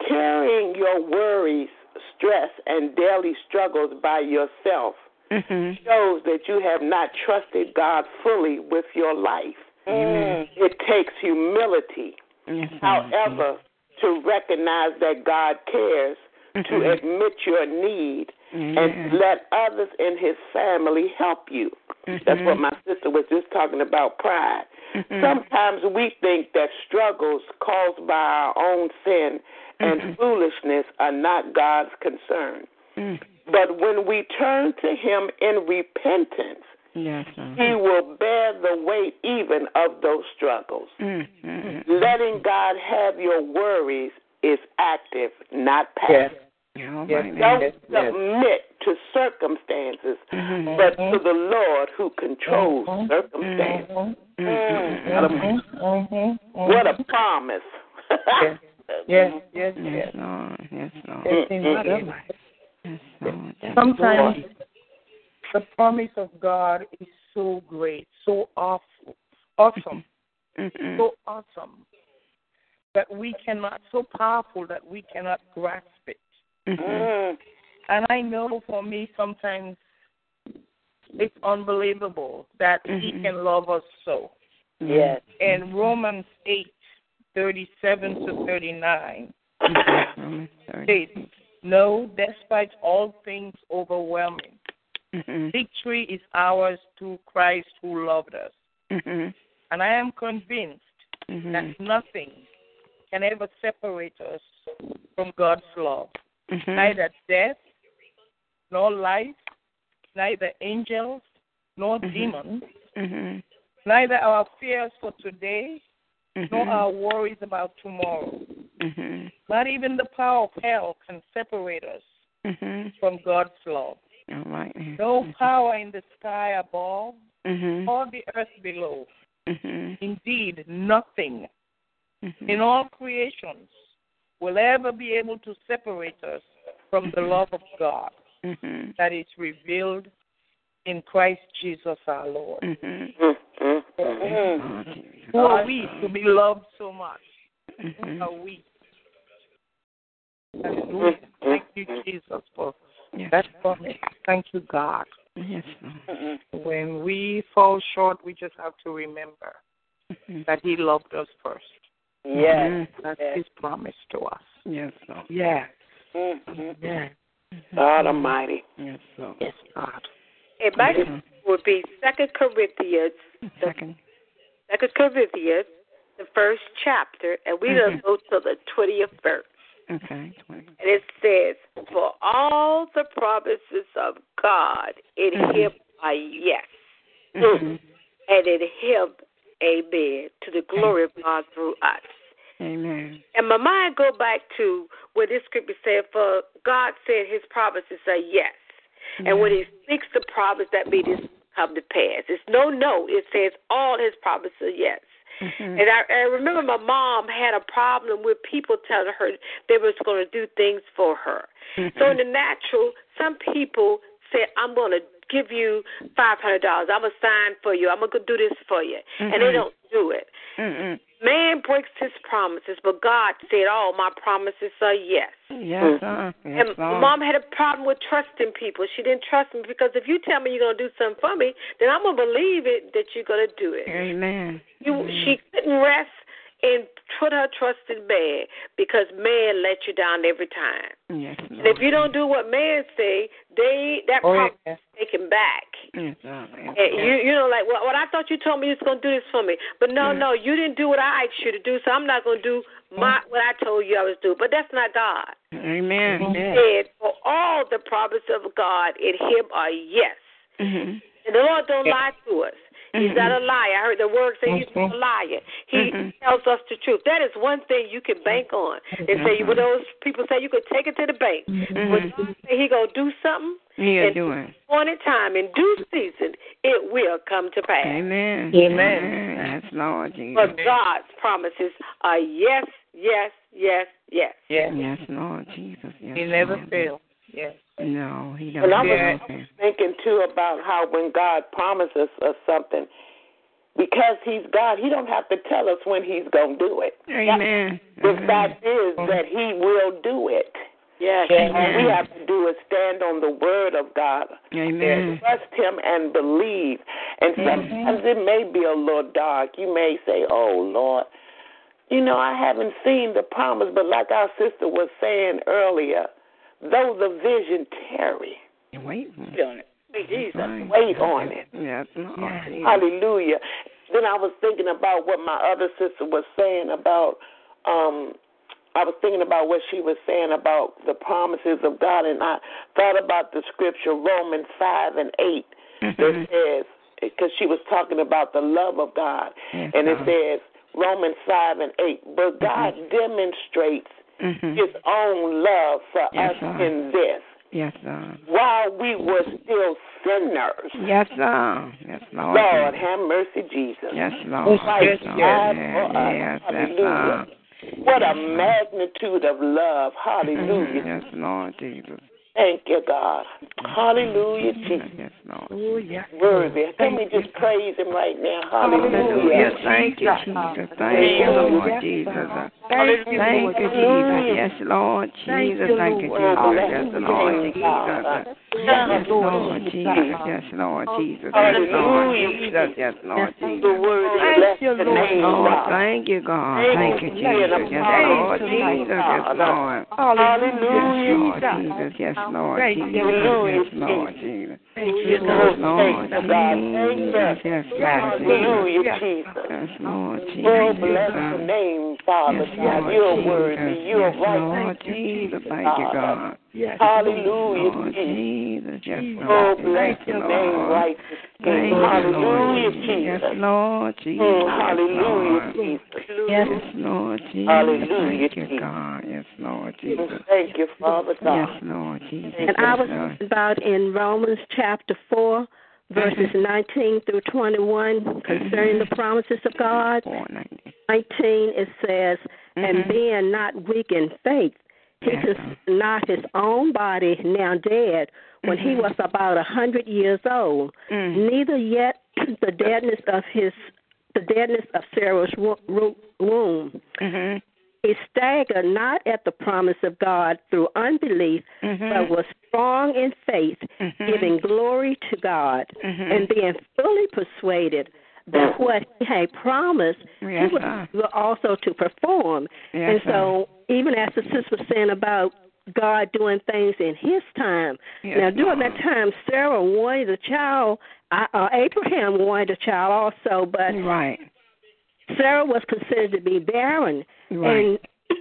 [SPEAKER 5] carrying your worries, stress, and daily struggles by yourself
[SPEAKER 6] Mhm.
[SPEAKER 5] shows that you have not trusted God fully with your life.
[SPEAKER 6] Amen.
[SPEAKER 5] It takes humility,
[SPEAKER 6] Yes, Lord.
[SPEAKER 5] however, to recognize that God cares, to
[SPEAKER 6] Mhm.
[SPEAKER 5] admit your need, and
[SPEAKER 6] Yeah.
[SPEAKER 5] let others in his family help you. That's what my sister was just talking about pride.
[SPEAKER 6] Mhm.
[SPEAKER 5] Sometimes we think that struggles caused by our own sin and
[SPEAKER 6] Mhm.
[SPEAKER 5] foolishness are not God's concern.
[SPEAKER 6] Mhm.
[SPEAKER 5] But when we turn to Him in repentance,
[SPEAKER 6] Yes, Lord.
[SPEAKER 5] He will bear the weight even of those struggles.
[SPEAKER 6] Mhm.
[SPEAKER 5] Letting God have your worries is active, not passive.
[SPEAKER 6] All right, now.
[SPEAKER 5] Don't submit to circumstances,
[SPEAKER 6] Mhm.
[SPEAKER 5] but to the Lord who controls circumstances.
[SPEAKER 6] Mhm.
[SPEAKER 5] mm.
[SPEAKER 11] Mm-hmm.
[SPEAKER 5] What a promise.
[SPEAKER 11] Yes, yes, yes.
[SPEAKER 6] Yes, Lord. Yes, Lord.
[SPEAKER 11] It seems that
[SPEAKER 6] Yes, Lord. Yes,
[SPEAKER 11] Sometimes
[SPEAKER 6] Lord.
[SPEAKER 11] the promise of God is so great, so awful, awesome,
[SPEAKER 6] Mhm.
[SPEAKER 11] so awesome that we cannot, so powerful that we cannot grasp it.
[SPEAKER 6] Mhm.
[SPEAKER 5] Mm.
[SPEAKER 11] And I know for me sometimes it's unbelievable that He
[SPEAKER 6] Mhm.
[SPEAKER 11] can love us so.
[SPEAKER 6] Mm-hmm.
[SPEAKER 5] Yes.
[SPEAKER 11] In Romans eight thirty-seven to 39,
[SPEAKER 6] Mhm. Romans 30.
[SPEAKER 11] faith. No, despite all things overwhelming, Mm-hmm.
[SPEAKER 6] Mhm.
[SPEAKER 11] victory is ours through Christ who loved us.
[SPEAKER 6] Mhm.
[SPEAKER 11] And I am convinced
[SPEAKER 6] Mhm.
[SPEAKER 11] that nothing can ever separate us from God's love.
[SPEAKER 6] Mhm.
[SPEAKER 11] Neither death, nor life, neither angels, nor
[SPEAKER 10] Mm-hmm.
[SPEAKER 6] Mhm.
[SPEAKER 11] demons,
[SPEAKER 6] Mhm.
[SPEAKER 11] neither our fears for today, nor
[SPEAKER 6] Mhm.
[SPEAKER 11] our worries about tomorrow.
[SPEAKER 6] Mhm.
[SPEAKER 11] Not even the power of hell can separate us
[SPEAKER 6] Mhm.
[SPEAKER 11] from God's love.
[SPEAKER 6] All right, now.
[SPEAKER 11] No power in the sky above
[SPEAKER 6] Mhm.
[SPEAKER 11] or the earth below.
[SPEAKER 6] Mhm.
[SPEAKER 11] Indeed, nothing
[SPEAKER 6] Mhm.
[SPEAKER 11] in all creations will ever be able to separate us from the love of God
[SPEAKER 6] Mhm.
[SPEAKER 11] that is revealed in Christ Jesus our Lord.
[SPEAKER 6] Mhm.
[SPEAKER 5] Mm, mm,
[SPEAKER 6] Yes,
[SPEAKER 5] mm.
[SPEAKER 6] Lord.
[SPEAKER 11] Who are we to be loved so much? Who
[SPEAKER 10] Mm-hmm.
[SPEAKER 6] Mhm.
[SPEAKER 11] are we? Hallelujah. Thank you, Jesus, for
[SPEAKER 6] Yes.
[SPEAKER 11] that promise. Thank you, God.
[SPEAKER 6] Yes, Lord.
[SPEAKER 11] When we fall short, we just have to remember
[SPEAKER 6] Mhm.
[SPEAKER 11] that He loved us first.
[SPEAKER 5] Yes.
[SPEAKER 6] Mm-hmm.
[SPEAKER 11] That's His promise to us.
[SPEAKER 6] Yes, Lord.
[SPEAKER 11] Yeah.
[SPEAKER 5] Mm, mm.
[SPEAKER 11] Yeah.
[SPEAKER 5] God Almighty.
[SPEAKER 6] Yes, Lord.
[SPEAKER 11] Yes, God.
[SPEAKER 12] And my
[SPEAKER 6] Mhm.
[SPEAKER 12] would be Second Corinthians,
[SPEAKER 6] Second.
[SPEAKER 12] Second Corinthians, the first chapter, and we
[SPEAKER 6] Mhm.
[SPEAKER 12] don't go to the twentieth verse.
[SPEAKER 6] Okay. 20.
[SPEAKER 12] And it says, For all the promises of God in
[SPEAKER 6] Mhm.
[SPEAKER 12] him are yes, Mm-hmm.
[SPEAKER 6] Mhm.
[SPEAKER 12] and in him, amen, to the glory of God through us.
[SPEAKER 6] Mm-hmm. Amen.
[SPEAKER 12] And my mind go back to what this scripture said, for God said his promises are yes. And when he speaks the promise, that means it's come to pass. It's no no. It says all his promises are yes.
[SPEAKER 6] Mhm.
[SPEAKER 12] And I, I remember my mom had a problem with people telling her they was going to do things for her. So in the
[SPEAKER 7] Mm-hmm.
[SPEAKER 12] natural, some people said, "I'm going to give you five hundred dollars. I'm gonna sign for you. I'm gonna do this for you," and they
[SPEAKER 6] Mhm.
[SPEAKER 12] don't do it.
[SPEAKER 6] Mhm.
[SPEAKER 12] Man breaks his promises, but God said, "All my promises are yes."
[SPEAKER 6] Yes, sir. Yes,
[SPEAKER 12] Mm-hmm. And
[SPEAKER 6] Lord.
[SPEAKER 12] mom had a problem with trusting people. She didn't trust me because if you tell me you're gonna do something for me, then I'm gonna believe it that you're gonna do it.
[SPEAKER 6] Amen. Mm-hmm.
[SPEAKER 12] You, she couldn't rest and put her trust in man because man let you down every time.
[SPEAKER 6] Yes,
[SPEAKER 12] And if
[SPEAKER 6] Lord.
[SPEAKER 12] you don't do what man say, they that
[SPEAKER 6] Oh,
[SPEAKER 12] promise is taken back.
[SPEAKER 6] Yes, Lord.
[SPEAKER 12] And you you know like well, what I thought you told me you was gonna do this for me, but no no you didn't do what I asked you to do, so I'm not gonna do my what I told you I was doing. But that's not God
[SPEAKER 6] Amen.
[SPEAKER 12] said, For all the promises of God in him are yes.
[SPEAKER 6] Mhm.
[SPEAKER 12] And the Lord don't lie to us. He's
[SPEAKER 6] Mm-hmm.
[SPEAKER 12] not a liar. I heard the word say he's not a liar. He
[SPEAKER 6] Mhm.
[SPEAKER 12] tells us the truth. That is one thing you can bank on. They say when those people say you could take it to the bank. When
[SPEAKER 6] Mhm.
[SPEAKER 12] God say he gonna do something
[SPEAKER 6] Yeah,
[SPEAKER 12] and
[SPEAKER 6] do it.
[SPEAKER 12] appointed time in due season, it will come to pass.
[SPEAKER 6] Amen.
[SPEAKER 11] Amen.
[SPEAKER 6] Yes, Lord
[SPEAKER 12] But
[SPEAKER 6] Jesus.
[SPEAKER 11] Mm-hmm.
[SPEAKER 12] God's promises are yes, yes, yes, yes.
[SPEAKER 11] Yes.
[SPEAKER 6] Yes, Lord Jesus. Yes,
[SPEAKER 11] He never
[SPEAKER 6] Lord.
[SPEAKER 11] fails.
[SPEAKER 12] Yes.
[SPEAKER 6] No, he don't.
[SPEAKER 5] And I was,
[SPEAKER 6] Yeah.
[SPEAKER 5] I was thinking too about how when God promises us something, because He's God, He don't have to tell us when He's gonna do it.
[SPEAKER 6] Amen.
[SPEAKER 5] The fact is that He will do it.
[SPEAKER 8] Yes.
[SPEAKER 5] And
[SPEAKER 6] Amen.
[SPEAKER 5] all we have to do is stand on the word of God.
[SPEAKER 6] Amen.
[SPEAKER 5] And trust Him and believe. And
[SPEAKER 6] Mm-hmm.
[SPEAKER 5] sometimes it may be a little dark. You may say, Oh, Lord, you know, I haven't seen the promise, but like our sister was saying earlier, though the vision tarry,
[SPEAKER 6] Wait.
[SPEAKER 5] wait on it. Jesus,
[SPEAKER 6] Mm-hmm. Right.
[SPEAKER 5] wait on it.
[SPEAKER 6] Yes, Lord.
[SPEAKER 5] Hallelujah. Then I was thinking about what my other sister was saying about um I was thinking about what she was saying about the promises of God and I thought about the scripture Romans five and eight that
[SPEAKER 6] Mm-hmm.
[SPEAKER 5] says because she was talking about the love of God
[SPEAKER 6] Yes, Mm-hmm.
[SPEAKER 5] and it
[SPEAKER 6] Lord.
[SPEAKER 5] says Romans five and eight, but God demonstrates
[SPEAKER 6] Mhm.
[SPEAKER 5] his own love for
[SPEAKER 6] Yes,
[SPEAKER 5] us
[SPEAKER 6] Lord.
[SPEAKER 5] in this.
[SPEAKER 6] Yes, Lord.
[SPEAKER 5] While we were still sinners,
[SPEAKER 6] Yes, Lord. Yes, Lord.
[SPEAKER 5] Lord, have mercy, Jesus.
[SPEAKER 6] Yes, Lord.
[SPEAKER 5] Christ
[SPEAKER 6] Yes, Lord.
[SPEAKER 5] died for us.
[SPEAKER 6] Yes, yes,
[SPEAKER 5] Hallelujah.
[SPEAKER 6] Lord.
[SPEAKER 5] What a magnitude of love. Hallelujah.
[SPEAKER 6] Mm-hmm. Yes, Lord Jesus.
[SPEAKER 5] Thank you, God. Hallelujah, Jesus.
[SPEAKER 6] Yes, Lord.
[SPEAKER 5] Oh, yes. Worthy. Can we just praise him right now?
[SPEAKER 6] Hallelujah.
[SPEAKER 5] Hallelujah.
[SPEAKER 6] Thank you, Jesus. Thank you, Lord Jesus. Thank you,
[SPEAKER 5] Lord.
[SPEAKER 6] Jesus. Yes, Lord
[SPEAKER 5] Thank
[SPEAKER 6] Jesus.
[SPEAKER 5] you,
[SPEAKER 6] Thank you,
[SPEAKER 5] Lord.
[SPEAKER 6] Jesus.
[SPEAKER 5] Bless
[SPEAKER 6] Yes,
[SPEAKER 5] your
[SPEAKER 6] Lord
[SPEAKER 5] name,
[SPEAKER 6] Jesus.
[SPEAKER 5] God.
[SPEAKER 6] Yes, Lord Jesus. Yes, Lord Jesus. Yes, Lord
[SPEAKER 5] Hallelujah.
[SPEAKER 6] Jesus. Yes, Lord Jesus.
[SPEAKER 5] The word
[SPEAKER 6] Thank
[SPEAKER 5] bless
[SPEAKER 6] you,
[SPEAKER 5] your
[SPEAKER 6] Lord.
[SPEAKER 5] name,
[SPEAKER 6] Lord,
[SPEAKER 5] God.
[SPEAKER 6] thank you, God.
[SPEAKER 5] Thank
[SPEAKER 6] Thank,
[SPEAKER 5] you,
[SPEAKER 6] you, Jesus. Yes,
[SPEAKER 5] Thank
[SPEAKER 6] Lord
[SPEAKER 5] you,
[SPEAKER 6] Jesus. Yes,
[SPEAKER 5] God.
[SPEAKER 6] Lord.
[SPEAKER 5] Hallelujah.
[SPEAKER 6] Yes, Lord Jesus. Yes, Lord
[SPEAKER 5] Thank you,
[SPEAKER 6] Jesus.
[SPEAKER 5] Lord.
[SPEAKER 6] Yes, Lord Jesus.
[SPEAKER 5] Thank
[SPEAKER 6] Yes, Lord
[SPEAKER 5] Thank you, God. Thank you.
[SPEAKER 6] Jesus. Yes, Lord
[SPEAKER 5] Hallelujah, Jesus.
[SPEAKER 6] Jesus. Yes, Lord Jesus.
[SPEAKER 5] Mm-hmm. Well, bless your name, Father
[SPEAKER 6] Yes,
[SPEAKER 5] God.
[SPEAKER 6] Lord
[SPEAKER 5] You're
[SPEAKER 6] Jesus.
[SPEAKER 5] worthy. You're
[SPEAKER 6] Yes,
[SPEAKER 5] right.
[SPEAKER 6] Lord Jesus. Thank you, God.
[SPEAKER 5] Hallelujah,
[SPEAKER 6] Lord Jesus. Yes,
[SPEAKER 5] Oh,
[SPEAKER 6] Lord.
[SPEAKER 5] bless
[SPEAKER 6] Thank you,
[SPEAKER 5] your name,
[SPEAKER 6] Lord.
[SPEAKER 5] righteous
[SPEAKER 6] Thank
[SPEAKER 5] King.
[SPEAKER 6] you,
[SPEAKER 5] Hallelujah,
[SPEAKER 6] Lord. Yes,
[SPEAKER 5] Jesus.
[SPEAKER 6] Lord Jesus.
[SPEAKER 5] Mm,
[SPEAKER 6] Yes,
[SPEAKER 5] Hallelujah,
[SPEAKER 6] Lord.
[SPEAKER 5] Jesus.
[SPEAKER 6] Yes, Lord Jesus.
[SPEAKER 5] Hallelujah,
[SPEAKER 6] Thank you, God. Yes, Lord Jesus.
[SPEAKER 5] Thank you, Father
[SPEAKER 6] Yes,
[SPEAKER 5] God.
[SPEAKER 6] Lord Jesus.
[SPEAKER 8] And I was
[SPEAKER 6] Yes,
[SPEAKER 8] thinking about in Romans chapter 4,
[SPEAKER 6] Mm-hmm.
[SPEAKER 8] verses 19 through 21, concerning the promises of God. 19, it says, And being not weak in faith, he considered not his own body now dead when he was about a hundred years old, neither yet the deadness of his the deadness of Sarah's wo- wo- womb. He staggered not at the promise of God through unbelief, but was strong in faith, giving glory to God,
[SPEAKER 6] Mm-hmm.
[SPEAKER 8] and being fully persuaded that what he had promised,
[SPEAKER 6] Yes,
[SPEAKER 8] he was
[SPEAKER 6] sir.
[SPEAKER 8] able also to perform.
[SPEAKER 6] Yes,
[SPEAKER 8] and
[SPEAKER 6] sir.
[SPEAKER 8] so, even as the sister was saying about God doing things in His time,
[SPEAKER 6] Yes,
[SPEAKER 8] now during
[SPEAKER 6] ma'am.
[SPEAKER 8] that time, Sarah wanted a child. I- Uh, Abraham wanted a child also, but
[SPEAKER 6] right.
[SPEAKER 8] Sarah was considered to be barren,
[SPEAKER 6] Right.
[SPEAKER 8] and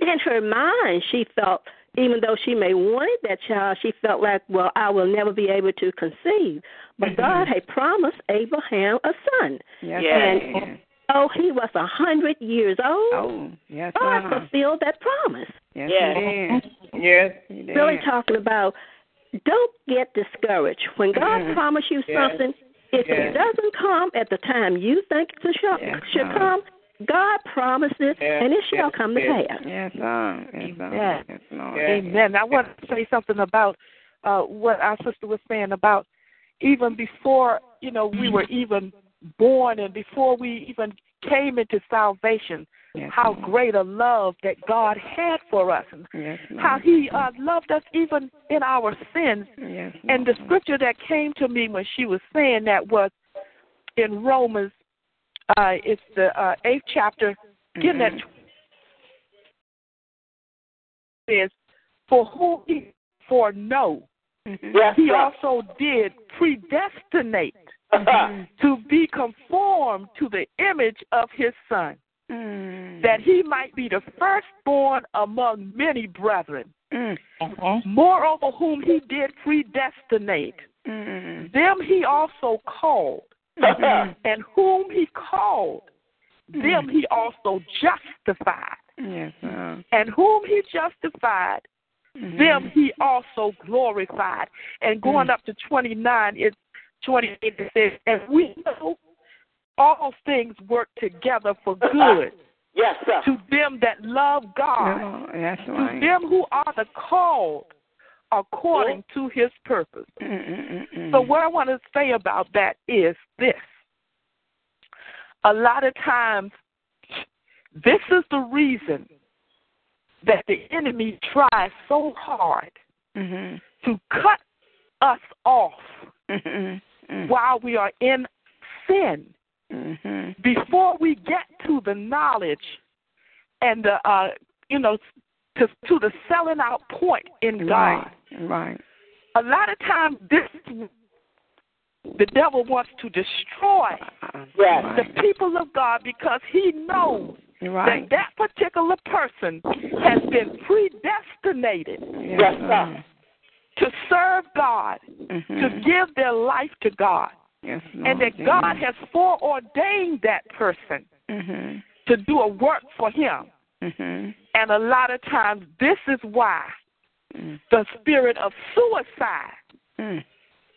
[SPEAKER 8] in her mind, she felt, even though she may wanted that child, she felt like, well, I will never be able to conceive. But God had promised Abraham a son,
[SPEAKER 6] Mm-hmm. Yes,
[SPEAKER 8] and oh, he was a hundred years old.
[SPEAKER 6] Oh, yes,
[SPEAKER 8] God
[SPEAKER 6] uh-huh.
[SPEAKER 8] fulfilled that promise.
[SPEAKER 6] Yes,
[SPEAKER 8] Yes.
[SPEAKER 6] yes.
[SPEAKER 10] Yes.
[SPEAKER 8] Really talking about, don't get discouraged when God
[SPEAKER 6] Mhm.
[SPEAKER 8] promised you
[SPEAKER 6] Yes.
[SPEAKER 8] something. If
[SPEAKER 6] Yes.
[SPEAKER 8] it doesn't come at the time you think it should, should
[SPEAKER 6] ma'am.
[SPEAKER 8] come, God promised it,
[SPEAKER 6] Yes,
[SPEAKER 8] and it shall
[SPEAKER 6] yes,
[SPEAKER 8] come to
[SPEAKER 6] yes.
[SPEAKER 8] pass.
[SPEAKER 6] Yes, Lord. Yes, Lord.
[SPEAKER 10] Amen.
[SPEAKER 6] Yes, Lord.
[SPEAKER 10] Mm-hmm. Amen. I want to say something about uh, what our sister was saying about even before you know we were even born and before we even came into salvation, how great a love that God had for us and
[SPEAKER 6] Yes,
[SPEAKER 10] how
[SPEAKER 6] Lord.
[SPEAKER 10] He uh, loved us even in our sins.
[SPEAKER 6] Yes,
[SPEAKER 10] And the scripture that came to me when she was saying that was in Romans, uh, it's the uh, eighth chapter, getting that
[SPEAKER 5] Mm-hmm.
[SPEAKER 10] says, For whom he foreknow,
[SPEAKER 5] Yes,
[SPEAKER 10] he
[SPEAKER 5] sir.
[SPEAKER 10] also did predestinate
[SPEAKER 5] Uh-huh.
[SPEAKER 10] to be conformed to the image of his son,
[SPEAKER 5] Mm.
[SPEAKER 10] that he might be the firstborn among many brethren.
[SPEAKER 6] Mm,
[SPEAKER 10] Moreover, whom he did predestinate,
[SPEAKER 6] mm,
[SPEAKER 10] them he also called,
[SPEAKER 6] Mhm.
[SPEAKER 10] and whom he called,
[SPEAKER 6] Mm-hmm.
[SPEAKER 10] them he also justified,
[SPEAKER 6] mm. Yes, Lord.
[SPEAKER 10] and whom he justified,
[SPEAKER 6] Mm-hmm.
[SPEAKER 10] them he also glorified. And going up to 29, it's 28, it says, And we know all things work together for good
[SPEAKER 5] Yes, sir.
[SPEAKER 10] to them that love God,
[SPEAKER 6] Yes,
[SPEAKER 10] to
[SPEAKER 6] Lord.
[SPEAKER 10] them who are the called according to his purpose. So, what I want to say about that is this a lot of times, this is the reason that the enemy tries so hard
[SPEAKER 6] Mm-hmm,
[SPEAKER 10] to cut us off
[SPEAKER 6] mm-hmm.
[SPEAKER 10] while we are in sin
[SPEAKER 6] Mm-hmm.
[SPEAKER 10] before we get to the knowledge and the uh, you know to to the selling out point in God.
[SPEAKER 6] Right. Right.
[SPEAKER 10] A lot of times, this the devil wants to destroy the people of God because he knows that
[SPEAKER 6] Right.
[SPEAKER 10] that particular person has been predestinated
[SPEAKER 6] Yes, sir.
[SPEAKER 10] to serve God, to
[SPEAKER 6] Mhm.
[SPEAKER 10] give their life to God,
[SPEAKER 6] Yes,
[SPEAKER 10] and that God has foreordained that person
[SPEAKER 6] Mhm.
[SPEAKER 10] to do a work for him.
[SPEAKER 6] Mhm.
[SPEAKER 10] And a lot of times, this is why the spirit of suicide
[SPEAKER 6] Mm.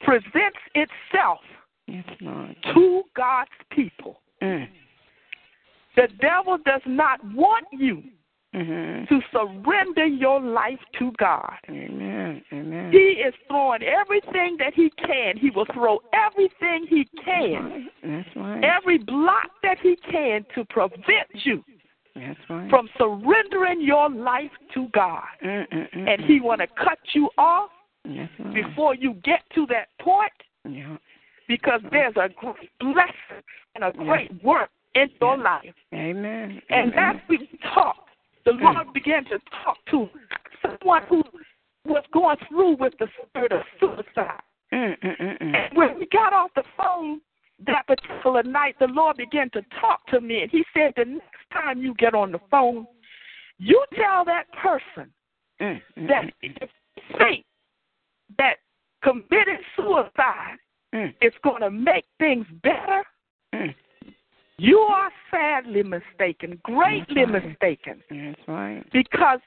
[SPEAKER 10] presents itself
[SPEAKER 6] Yes, Lord.
[SPEAKER 10] to God's people.
[SPEAKER 6] Mm.
[SPEAKER 10] The devil does not want you
[SPEAKER 6] Mhm.
[SPEAKER 10] to surrender your life to God.
[SPEAKER 6] Mm. Amen. Amen.
[SPEAKER 10] He is throwing everything that he can. He will throw everything he can,
[SPEAKER 6] That's right.
[SPEAKER 10] every block that he can to prevent you
[SPEAKER 6] That's right. Mm,
[SPEAKER 10] from surrendering your life to God. And he want to cut you off
[SPEAKER 6] That's right.
[SPEAKER 10] before you get to that point
[SPEAKER 6] Yeah.
[SPEAKER 10] because
[SPEAKER 6] Mm.
[SPEAKER 10] there's a great blessing and a great work in your life.
[SPEAKER 6] Amen. Mm.
[SPEAKER 10] And as we talked, the Lord began to talk to someone who was going through with the spirit of suicide.
[SPEAKER 6] Mm.
[SPEAKER 10] And when we got off the phone that particular night, the Lord began to talk to me, and He said, The next time you get on the phone, you tell that person
[SPEAKER 6] Mm,
[SPEAKER 10] that if they think that committed suicide
[SPEAKER 6] Mm.
[SPEAKER 10] is going to make things better, you are sadly mistaken, greatly mistaken.
[SPEAKER 6] That's right.
[SPEAKER 10] Because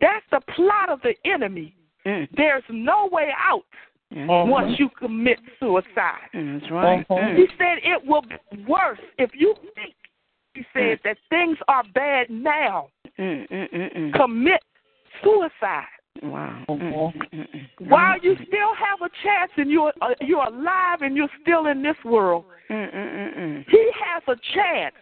[SPEAKER 10] that's the plot of the enemy.
[SPEAKER 6] Mm.
[SPEAKER 10] There's no way out once you commit suicide.
[SPEAKER 6] That's Uh-huh. right. Mm, Uh-huh.
[SPEAKER 10] He said it will be worse if you think, he said, that things are bad now.
[SPEAKER 6] mm,
[SPEAKER 10] Commit suicide.
[SPEAKER 6] Wow. Mm,
[SPEAKER 10] While you still have a chance and you're, uh, you're alive and you're still in this world, he has a chance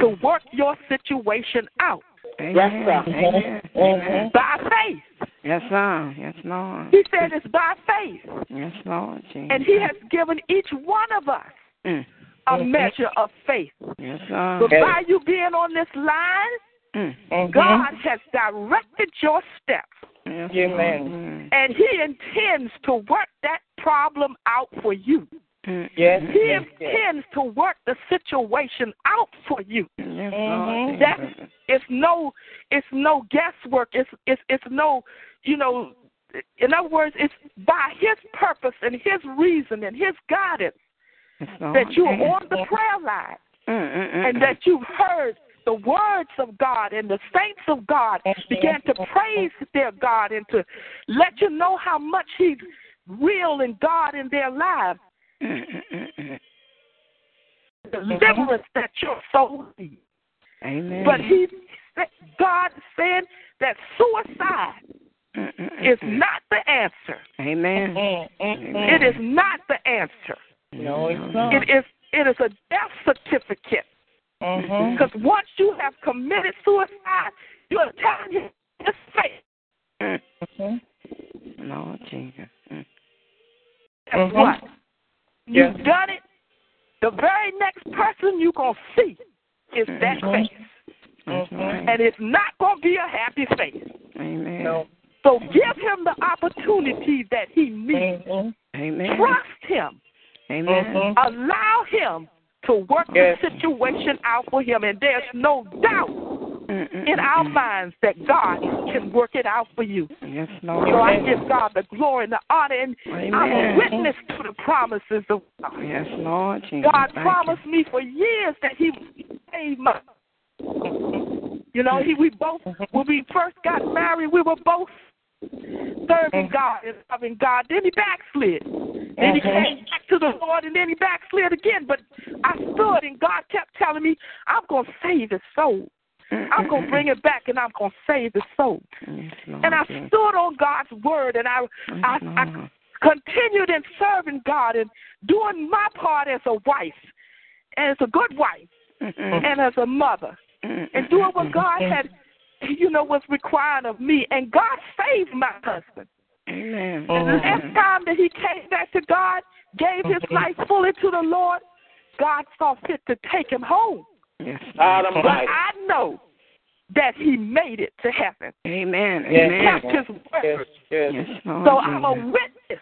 [SPEAKER 10] to work your situation out.
[SPEAKER 6] Yes, sir. Amen. Amen.
[SPEAKER 10] By faith.
[SPEAKER 6] Yes, sir. Yes, Lord.
[SPEAKER 10] He said it's by faith.
[SPEAKER 6] Yes, Lord. Jesus.
[SPEAKER 10] And he has given each one of us
[SPEAKER 6] Mm.
[SPEAKER 10] a measure of faith.
[SPEAKER 6] Yes, sir.
[SPEAKER 10] But by you being on this line,
[SPEAKER 6] Mm.
[SPEAKER 11] Mm-hmm.
[SPEAKER 10] God has directed your steps.
[SPEAKER 6] Yes, Lord.
[SPEAKER 10] And he intends to work that problem out for you.
[SPEAKER 6] Mm.
[SPEAKER 10] Yes,
[SPEAKER 6] Mm.
[SPEAKER 10] he intends to work the situation out for you.
[SPEAKER 6] Lord.
[SPEAKER 10] That it's no it's no guesswork. It's it's it's no you know in other words, it's by his purpose and his reason and his guidance
[SPEAKER 6] Yes, Lord. Mm,
[SPEAKER 10] that you are on the prayer line and that you've heard the words of God and the saints of God began to praise their God and to let you know how much He's real and God in their lives.
[SPEAKER 6] Mm,
[SPEAKER 10] Deliverance that your soul needs.
[SPEAKER 6] Amen.
[SPEAKER 10] But He, God said that suicide is not the answer.
[SPEAKER 6] Mm, Amen. Mm,
[SPEAKER 10] It is not the answer.
[SPEAKER 6] Mm-hmm. No, it's
[SPEAKER 10] It is it is a death certificate.
[SPEAKER 6] Mhm.
[SPEAKER 10] Because once you have committed suicide, you're telling him it's fate.
[SPEAKER 6] Mm. Lord Jesus. Mm.
[SPEAKER 10] Guess
[SPEAKER 6] Mhm.
[SPEAKER 10] what?
[SPEAKER 6] Yeah.
[SPEAKER 10] You've done it. The very next person you're going to see is that
[SPEAKER 6] Mhm.
[SPEAKER 10] face.
[SPEAKER 6] That's right.
[SPEAKER 10] And it's not going to be a happy face.
[SPEAKER 6] Amen.
[SPEAKER 10] So give him the opportunity that he needs.
[SPEAKER 6] Mm-hmm. Amen.
[SPEAKER 10] Trust him.
[SPEAKER 6] Amen.
[SPEAKER 10] Allow him to work
[SPEAKER 6] Mm-hmm. Yes.
[SPEAKER 10] the situation out for him. And there's no doubt in our minds that God can work it out for you.
[SPEAKER 6] Yes, Lord.
[SPEAKER 10] So I give God the glory and the honor, and I'm a
[SPEAKER 6] Amen.
[SPEAKER 10] witness to the promises of God.
[SPEAKER 6] Yes, Lord Jesus.
[SPEAKER 10] God
[SPEAKER 6] Thank you.
[SPEAKER 10] promised me for years that He would save my. You know, He we both
[SPEAKER 6] Mm-hmm.
[SPEAKER 10] when we first got married, we were both
[SPEAKER 6] Mm-hmm.
[SPEAKER 10] serving God and loving God. Then He backslid. Then He
[SPEAKER 6] Mm-hmm.
[SPEAKER 10] came back to the Lord, and then He backslid again. But I stood, and God kept telling me, "I'm gonna save His soul." I'm going to bring it back and I'm going to save the soul. And I
[SPEAKER 6] Mm-hmm. yes.
[SPEAKER 10] stood on God's word and I, I, I continued in serving God and doing my part as a wife, and as a good wife,
[SPEAKER 6] Mm, Mm-hmm.
[SPEAKER 10] and as a mother, and doing what God had, you know, was required of me. And God saved my husband.
[SPEAKER 6] Amen.
[SPEAKER 10] And the next time that he came back to God, gave his life fully to the Lord, God saw fit to take him home.
[SPEAKER 6] Yes.
[SPEAKER 10] But I know that he made it to heaven.
[SPEAKER 6] Amen.
[SPEAKER 10] He
[SPEAKER 6] Amen.
[SPEAKER 10] kept his word.
[SPEAKER 6] Yes, Lord.
[SPEAKER 10] So I'm a
[SPEAKER 6] Amen.
[SPEAKER 10] witness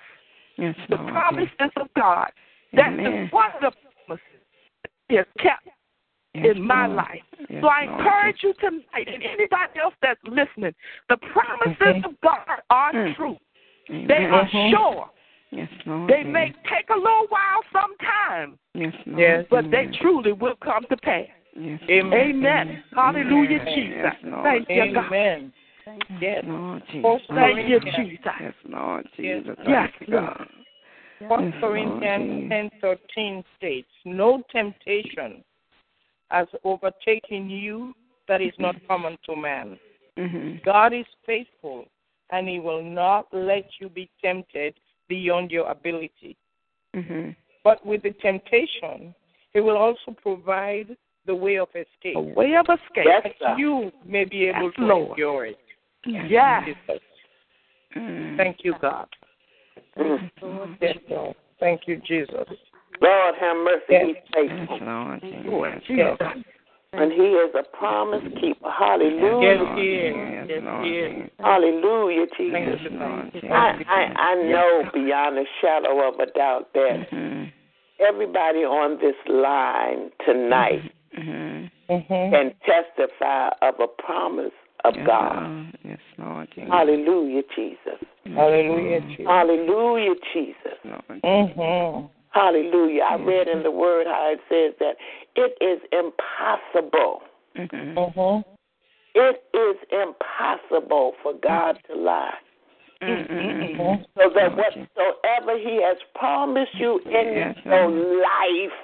[SPEAKER 6] Yes,
[SPEAKER 10] the
[SPEAKER 6] Lord.
[SPEAKER 10] promises of God. That's
[SPEAKER 6] Oh, Amen.
[SPEAKER 10] the, one of the promises He has kept
[SPEAKER 6] Yes,
[SPEAKER 10] in my
[SPEAKER 6] Lord.
[SPEAKER 10] life.
[SPEAKER 6] Yes,
[SPEAKER 10] so I
[SPEAKER 6] Lord.
[SPEAKER 10] encourage you tonight and anybody else that's listening, the promises of God are true. They are
[SPEAKER 6] Mhm.
[SPEAKER 10] sure.
[SPEAKER 6] Yes, Lord.
[SPEAKER 10] They may take a little while sometime,
[SPEAKER 6] Yes, Lord.
[SPEAKER 10] but they truly will come to pass.
[SPEAKER 6] Yes,
[SPEAKER 10] Amen.
[SPEAKER 6] Lord.
[SPEAKER 10] Hallelujah,
[SPEAKER 6] Amen.
[SPEAKER 10] Jesus.
[SPEAKER 6] Yes, Lord.
[SPEAKER 10] Thank you, God.
[SPEAKER 11] Amen.
[SPEAKER 6] Yes, Lord Jesus.
[SPEAKER 10] Oh, thank you,
[SPEAKER 11] Yes.
[SPEAKER 10] Jesus.
[SPEAKER 6] Yes, Lord Jesus.
[SPEAKER 10] Yes,
[SPEAKER 6] Thank you,
[SPEAKER 10] Lord.
[SPEAKER 6] God.
[SPEAKER 11] First
[SPEAKER 6] Yes,
[SPEAKER 11] Corinthians ten thirteen states, No temptation has overtaken you that is not common to man.
[SPEAKER 6] Mhm.
[SPEAKER 11] God is faithful, and He will not let you be tempted beyond your ability.
[SPEAKER 6] Mhm.
[SPEAKER 11] But with the temptation, He will also provide the way of escape.
[SPEAKER 10] A way of escape.
[SPEAKER 11] That
[SPEAKER 10] Yes, sir.
[SPEAKER 11] you may be able
[SPEAKER 10] Yes,
[SPEAKER 11] to
[SPEAKER 10] Lord.
[SPEAKER 11] endure it.
[SPEAKER 6] Yes.
[SPEAKER 11] Jesus.
[SPEAKER 10] Mm.
[SPEAKER 11] Thank you, God. Yes, Lord. Thank you, Jesus.
[SPEAKER 5] Lord have mercy,
[SPEAKER 11] Yes.
[SPEAKER 5] He's faithful.
[SPEAKER 11] Lord, yes.
[SPEAKER 5] And He is a promise keeper. Hallelujah.
[SPEAKER 11] Yes, he is. Yes, he is.
[SPEAKER 5] Hallelujah, Jesus. I, I, I know beyond a shadow of a doubt that
[SPEAKER 6] Mm-hmm.
[SPEAKER 5] everybody on this line tonight
[SPEAKER 6] Mhm.
[SPEAKER 5] can testify of a promise of God.
[SPEAKER 6] Oh, Yes, Lord Jesus.
[SPEAKER 5] Hallelujah, Jesus.
[SPEAKER 11] Hallelujah, Jesus.
[SPEAKER 5] Hallelujah, Jesus.
[SPEAKER 11] Mhm.
[SPEAKER 5] Hallelujah. I read in the Word how it says that it is impossible.
[SPEAKER 6] Mm-hmm.
[SPEAKER 11] Mhm.
[SPEAKER 5] It is impossible for God to lie.
[SPEAKER 6] Mm-hmm.
[SPEAKER 11] Mhm.
[SPEAKER 5] So that whatsoever He has promised you in
[SPEAKER 11] Yes,
[SPEAKER 5] your
[SPEAKER 11] Lord.
[SPEAKER 5] life,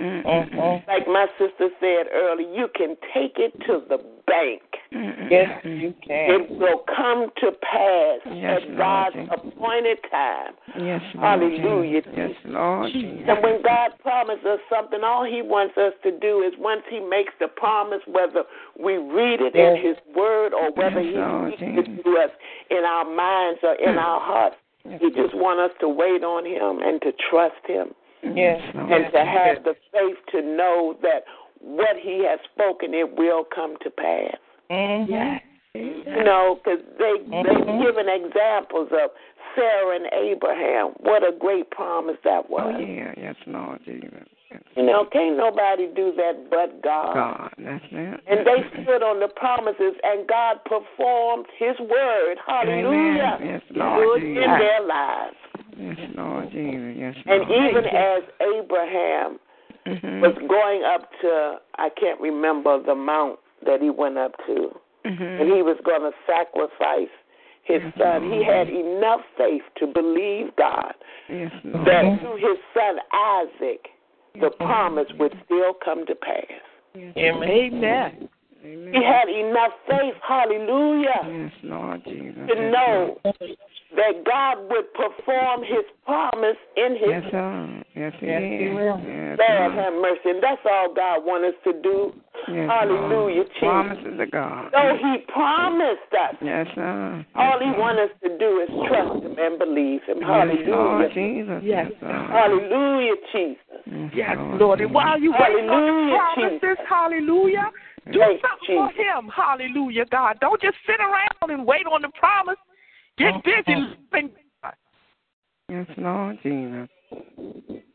[SPEAKER 11] Mhm.
[SPEAKER 5] like my sister said earlier, you can take it to the bank.
[SPEAKER 6] Mm-hmm.
[SPEAKER 11] Yes, you
[SPEAKER 5] It
[SPEAKER 11] can.
[SPEAKER 5] will come to pass
[SPEAKER 11] Yes,
[SPEAKER 5] at
[SPEAKER 11] Lord.
[SPEAKER 5] God's appointed time.
[SPEAKER 6] Yes, Lord.
[SPEAKER 5] Hallelujah.
[SPEAKER 6] Yes, Lord.
[SPEAKER 5] And when God promises us something, all He wants us to do is once He makes the promise, whether we read it in
[SPEAKER 6] Yes.
[SPEAKER 5] His Word or whether
[SPEAKER 6] Yes, Lord,
[SPEAKER 5] He speaks it to us in our minds or
[SPEAKER 11] Mm.
[SPEAKER 5] in our hearts, He just wants us to wait on Him and to trust Him
[SPEAKER 11] Yes.
[SPEAKER 5] and to have the faith to know that what He has spoken, it will come to pass.
[SPEAKER 11] Mhm. Yes.
[SPEAKER 5] You know, because they
[SPEAKER 6] Mm-hmm.
[SPEAKER 5] they've given examples of Sarah and Abraham. What a great promise that was.
[SPEAKER 6] Oh, yeah. Yes, Lord Jesus.
[SPEAKER 5] You know, can't nobody do that but God.
[SPEAKER 6] God, that's it.
[SPEAKER 5] And they stood on the promises, and God performed His word. Hallelujah.
[SPEAKER 6] Amen. Yes,
[SPEAKER 5] Good
[SPEAKER 6] Lord
[SPEAKER 5] in
[SPEAKER 6] Jesus.
[SPEAKER 5] their lives.
[SPEAKER 6] Yes, Lord Jesus. Yes,
[SPEAKER 5] Mm-hmm. And
[SPEAKER 6] Lord.
[SPEAKER 5] even as Abraham
[SPEAKER 6] Mhm.
[SPEAKER 5] was going up to, I can't remember the mount that he went up to,
[SPEAKER 6] Mhm.
[SPEAKER 5] and he was going to sacrifice his son, he had enough faith to believe God
[SPEAKER 6] Yes, Lord.
[SPEAKER 5] that through his son Isaac, the promise would still come to pass.
[SPEAKER 10] Amen.
[SPEAKER 5] He had enough faith, hallelujah,
[SPEAKER 6] Yes, Lord Jesus.
[SPEAKER 5] to know that God would perform his promise in his
[SPEAKER 6] Yes, sir. Yes, he
[SPEAKER 5] Yes,
[SPEAKER 6] is.
[SPEAKER 5] he will. Lord
[SPEAKER 6] Yes, Lord.
[SPEAKER 5] have mercy. And that's all God wants us to do.
[SPEAKER 6] Yes,
[SPEAKER 5] Hallelujah,
[SPEAKER 6] Lord.
[SPEAKER 5] Jesus.
[SPEAKER 6] Promises of God.
[SPEAKER 5] So he promised us.
[SPEAKER 6] Yes, sir.
[SPEAKER 5] All he wants us to do is trust him and believe him.
[SPEAKER 6] Yes, Lord
[SPEAKER 5] Hallelujah.
[SPEAKER 6] Jesus.
[SPEAKER 5] Yes.
[SPEAKER 6] Lord.
[SPEAKER 5] Hallelujah, Jesus.
[SPEAKER 10] Yes, Lord. And while you wait on the
[SPEAKER 5] Hallelujah,
[SPEAKER 10] promises,
[SPEAKER 5] Jesus.
[SPEAKER 10] hallelujah, do
[SPEAKER 5] Thank
[SPEAKER 10] something
[SPEAKER 5] you,
[SPEAKER 10] for him. Hallelujah, God. Don't just sit around and wait on the promise.
[SPEAKER 5] Mm-hmm.
[SPEAKER 10] Get busy. And
[SPEAKER 6] Yes, Lord Jesus.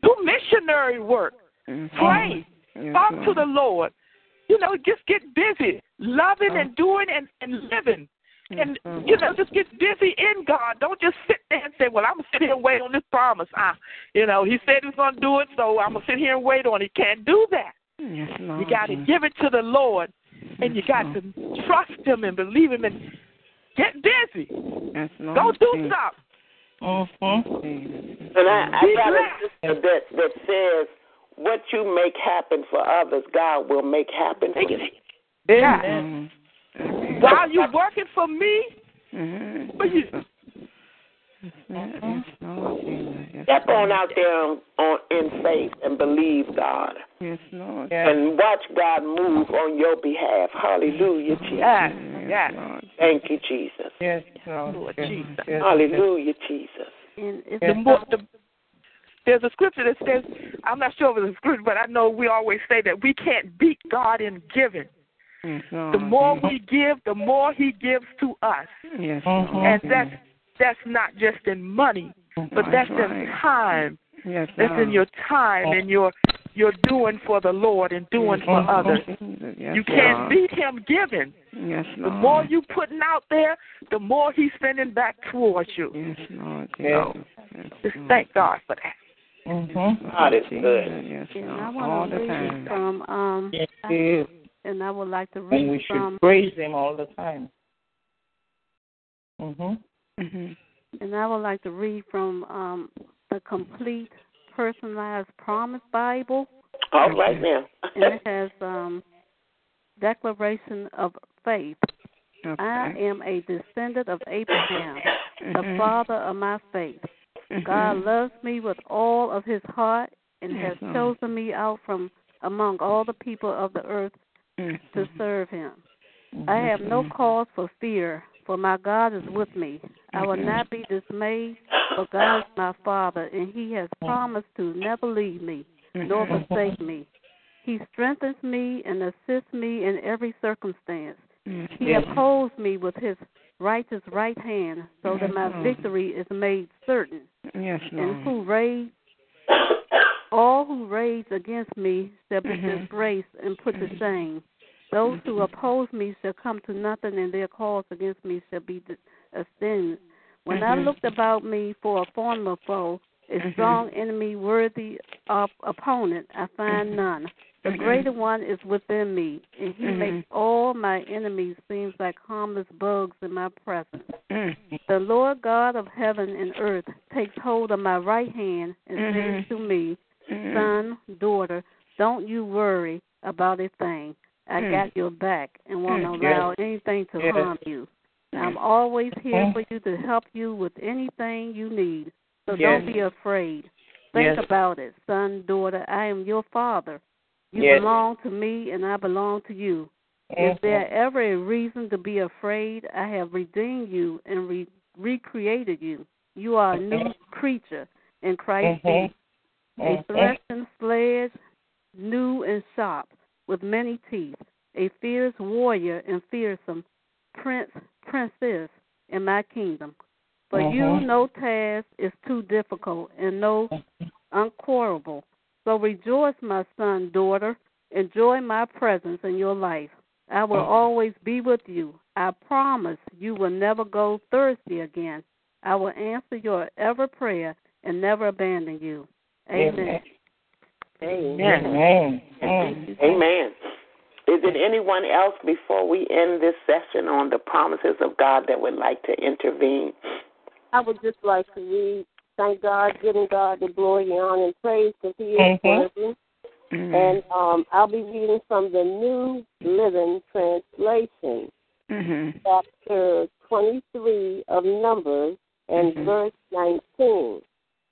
[SPEAKER 10] do missionary work.
[SPEAKER 6] Yes,
[SPEAKER 5] Mm-hmm.
[SPEAKER 10] Pray.
[SPEAKER 6] Yes,
[SPEAKER 10] Talk
[SPEAKER 6] Lord.
[SPEAKER 10] to the Lord. You know, just get busy loving
[SPEAKER 5] Mm-hmm.
[SPEAKER 10] and doing and, and living. And, you know, just get busy in God. Don't just sit there and say, well, I'm going to sit here and wait on this promise. I, you know, he said he's going to do it, so I'm going to sit here and wait on it. You can't do that.
[SPEAKER 6] Yes, Lord.
[SPEAKER 10] You got to give it to the Lord, and you got to trust Him and believe Him and get busy.
[SPEAKER 6] Yes, Lord.
[SPEAKER 10] Go do something.
[SPEAKER 5] And I, I
[SPEAKER 10] Be
[SPEAKER 5] got a
[SPEAKER 10] blessed.
[SPEAKER 5] sister that, that says, what you make happen for others, God will make happen for you.
[SPEAKER 10] Amen. While you working for me, for you. Uh-huh.
[SPEAKER 5] Step on out there on, on, in faith and believe God.
[SPEAKER 6] Yes, Lord.
[SPEAKER 5] And watch God move on your behalf. Hallelujah, Jesus.
[SPEAKER 10] Yes.
[SPEAKER 5] Thank you, Jesus.
[SPEAKER 10] Yes, Lord Jesus. Yes,
[SPEAKER 5] Hallelujah, Jesus.
[SPEAKER 10] The more, the, there's a scripture that says, I'm not sure if it's a scripture, but I know we always say that we can't beat God in giving. The more we give, the more He gives to us,
[SPEAKER 6] Yes,
[SPEAKER 10] and that's that's not just in money, but Mm-hmm. that's in time.
[SPEAKER 6] Yes,
[SPEAKER 10] That's in your time and your your doing for the Lord and doing for others.
[SPEAKER 6] Mm-hmm. Yes,
[SPEAKER 10] You can't
[SPEAKER 6] Lord.
[SPEAKER 10] beat Him giving.
[SPEAKER 6] Yes,
[SPEAKER 10] The
[SPEAKER 6] Lord.
[SPEAKER 10] more you putting out there, the more He's sending back towards you.
[SPEAKER 6] Yes, Lord.
[SPEAKER 10] So, just thank God for that.
[SPEAKER 5] God is good.
[SPEAKER 6] Yes,
[SPEAKER 7] And I
[SPEAKER 6] Lord.
[SPEAKER 7] want
[SPEAKER 6] All
[SPEAKER 7] to
[SPEAKER 6] the
[SPEAKER 7] read
[SPEAKER 6] time.
[SPEAKER 7] from um
[SPEAKER 11] Yes,
[SPEAKER 7] I-
[SPEAKER 11] yes.
[SPEAKER 7] and I would like to read
[SPEAKER 11] And we should
[SPEAKER 7] from
[SPEAKER 11] praise Him all the time. Mhm.
[SPEAKER 6] Mm-hmm.
[SPEAKER 7] and I would like to read from um the complete personalized promise Bible.
[SPEAKER 5] All right now.
[SPEAKER 7] and it has um, declaration of faith. I am a descendant of Abraham, the
[SPEAKER 6] Mhm.
[SPEAKER 7] father of my faith. God
[SPEAKER 6] Mhm.
[SPEAKER 7] loves me with all of His heart and
[SPEAKER 6] Yes,
[SPEAKER 7] has
[SPEAKER 6] Lord.
[SPEAKER 7] chosen me out from among all the people of the earth
[SPEAKER 6] Yes,
[SPEAKER 7] to serve Him.
[SPEAKER 6] Mm-hmm.
[SPEAKER 7] I have no cause for fear, for my God is with me. I will
[SPEAKER 6] Mhm.
[SPEAKER 7] not be dismayed, for God is my Father, and He has promised to never leave me nor
[SPEAKER 6] Mhm.
[SPEAKER 7] forsake me. He strengthens me and assists me in every circumstance.
[SPEAKER 6] Mm-hmm. Yes,
[SPEAKER 7] He upholds me with His righteous right hand, so that my
[SPEAKER 6] Mhm.
[SPEAKER 7] victory is made certain.
[SPEAKER 6] Yes,
[SPEAKER 7] And
[SPEAKER 6] Lord.
[SPEAKER 7] who rage, all who rage against me shall be
[SPEAKER 6] Mhm.
[SPEAKER 7] disgraced and put to
[SPEAKER 6] Mhm.
[SPEAKER 7] shame. Those who
[SPEAKER 6] Mhm.
[SPEAKER 7] oppose me shall come to nothing, and their cause against me shall be dis- esteemed. When I
[SPEAKER 6] Mhm.
[SPEAKER 7] looked about me for a former foe, a
[SPEAKER 6] Mhm.
[SPEAKER 7] strong enemy worthy of opponent, I find
[SPEAKER 6] Mhm.
[SPEAKER 7] none. The
[SPEAKER 6] Mhm.
[SPEAKER 7] greater one is within me, and he
[SPEAKER 6] Mhm.
[SPEAKER 7] makes all my enemies seem like harmless bugs in my presence.
[SPEAKER 6] Mm.
[SPEAKER 7] The Lord God of heaven and earth takes hold of my right hand and
[SPEAKER 6] Mhm.
[SPEAKER 7] says to me,
[SPEAKER 6] Mhm.
[SPEAKER 7] Son, daughter, don't you worry about a thing. I
[SPEAKER 6] Mm.
[SPEAKER 7] got your back and won't
[SPEAKER 6] Mm.
[SPEAKER 7] allow
[SPEAKER 6] Yes.
[SPEAKER 7] anything to
[SPEAKER 6] Yes.
[SPEAKER 7] harm you. I'm
[SPEAKER 6] Mm.
[SPEAKER 7] always here
[SPEAKER 6] Mm.
[SPEAKER 7] for you to help you with anything you need. So
[SPEAKER 6] Yes.
[SPEAKER 7] don't be afraid. Think
[SPEAKER 6] Yes.
[SPEAKER 7] about it, son, daughter. I am your father. You
[SPEAKER 6] Yes.
[SPEAKER 7] belong to me, and I belong to you. Is
[SPEAKER 6] Mhm.
[SPEAKER 7] there ever a reason to be afraid? I have redeemed you and re- recreated you. You are a new
[SPEAKER 6] Mhm.
[SPEAKER 7] creature in Christ
[SPEAKER 6] Mhm.
[SPEAKER 7] Jesus. A
[SPEAKER 6] Mhm.
[SPEAKER 7] threshing sledge, new and sharp, with many teeth. A fierce warrior and fearsome prince, princess in my kingdom. For
[SPEAKER 6] Mhm.
[SPEAKER 7] you, no task is too difficult and no unquarrelable. So rejoice, my son, daughter. Enjoy my presence in your life. I will
[SPEAKER 6] Mhm.
[SPEAKER 7] always be with you. I promise you will never go thirsty again. I will answer your ever prayer and never abandon you. Amen.
[SPEAKER 5] Amen.
[SPEAKER 6] Mm-hmm.
[SPEAKER 5] Amen. Amen. Is it anyone else before we end this session on the promises of God that would like to intervene?
[SPEAKER 13] I would just like to read, thank God, giving God the glory, honor, and praise because He is
[SPEAKER 6] Mhm.
[SPEAKER 13] worthy.
[SPEAKER 6] Mhm.
[SPEAKER 10] Mm-hmm.
[SPEAKER 13] And um, I'll be reading from the New Living Translation,
[SPEAKER 6] Mhm.
[SPEAKER 13] chapter 23 of Numbers and
[SPEAKER 6] Mhm.
[SPEAKER 13] verse 19.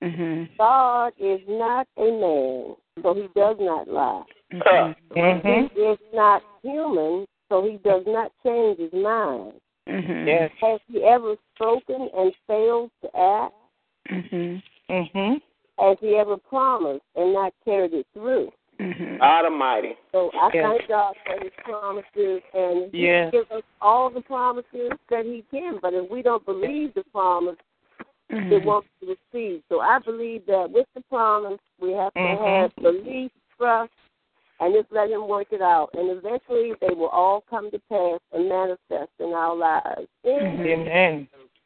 [SPEAKER 6] Mhm.
[SPEAKER 13] God is not a man, so He does not lie.
[SPEAKER 6] Mhm.
[SPEAKER 13] He is not human, so He does not change His mind.
[SPEAKER 6] Mhm.
[SPEAKER 5] Mm-hmm.
[SPEAKER 13] Has He ever spoken and failed to act?
[SPEAKER 6] Mhm.
[SPEAKER 11] Mhm.
[SPEAKER 13] Has he ever promised and not carried it through?
[SPEAKER 6] Mm-hmm.
[SPEAKER 5] God Almighty.
[SPEAKER 13] So I
[SPEAKER 5] Mm-hmm. Yes.
[SPEAKER 13] thank God for his promises and he
[SPEAKER 5] Yes.
[SPEAKER 13] gives us all the promises that he can, but if we don't believe the promise,
[SPEAKER 5] Mm-hmm.
[SPEAKER 13] it won't be received. So I believe that with the promise we have to
[SPEAKER 6] Mhm.
[SPEAKER 5] Mm-hmm.
[SPEAKER 13] have belief, trust, and just let him work it out. And eventually they will all come to pass and manifest in our lives.
[SPEAKER 5] Mm-hmm.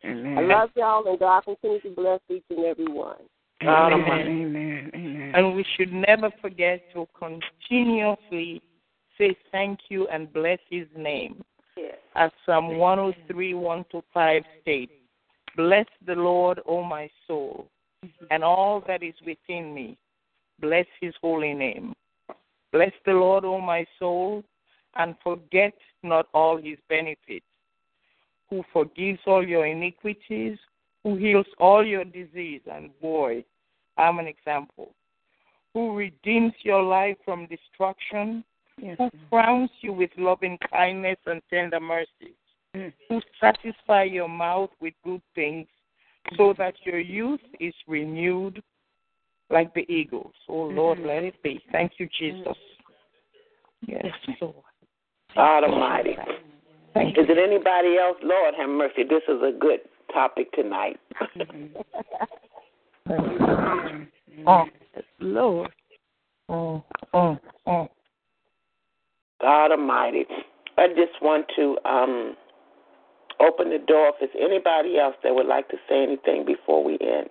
[SPEAKER 11] Amen.
[SPEAKER 13] I love y'all and God continue to bless each and every one.
[SPEAKER 11] God
[SPEAKER 13] Amen.
[SPEAKER 11] Almighty.
[SPEAKER 6] Amen. Amen.
[SPEAKER 11] And we should never forget to continuously say thank you and bless his name.
[SPEAKER 13] Yes.
[SPEAKER 11] As Psalm 103, 125 states, Bless the Lord, O my soul, and all that is within me. Bless his holy name. Bless the Lord, O my soul, and forget not all his benefits, who forgives all your iniquities, who heals all your disease. And boy, I'm an example. Who redeems your life from destruction, who crowns you with loving kindness and tender mercies,
[SPEAKER 6] Mm-hmm.
[SPEAKER 11] who satisfy your mouth with good things, so that your youth is renewed like the eagles. Oh Lord, let it be. Thank you, Jesus. Mm-hmm. Yes, Lord.
[SPEAKER 5] God Almighty.
[SPEAKER 11] Thank
[SPEAKER 5] Is it anybody else? Lord have mercy. This is a good topic tonight. Mm-hmm.
[SPEAKER 11] Oh, Lord. Oh, oh, oh.
[SPEAKER 5] God Almighty. I just want to um, open the door if there's anybody else that would like to say anything before we end.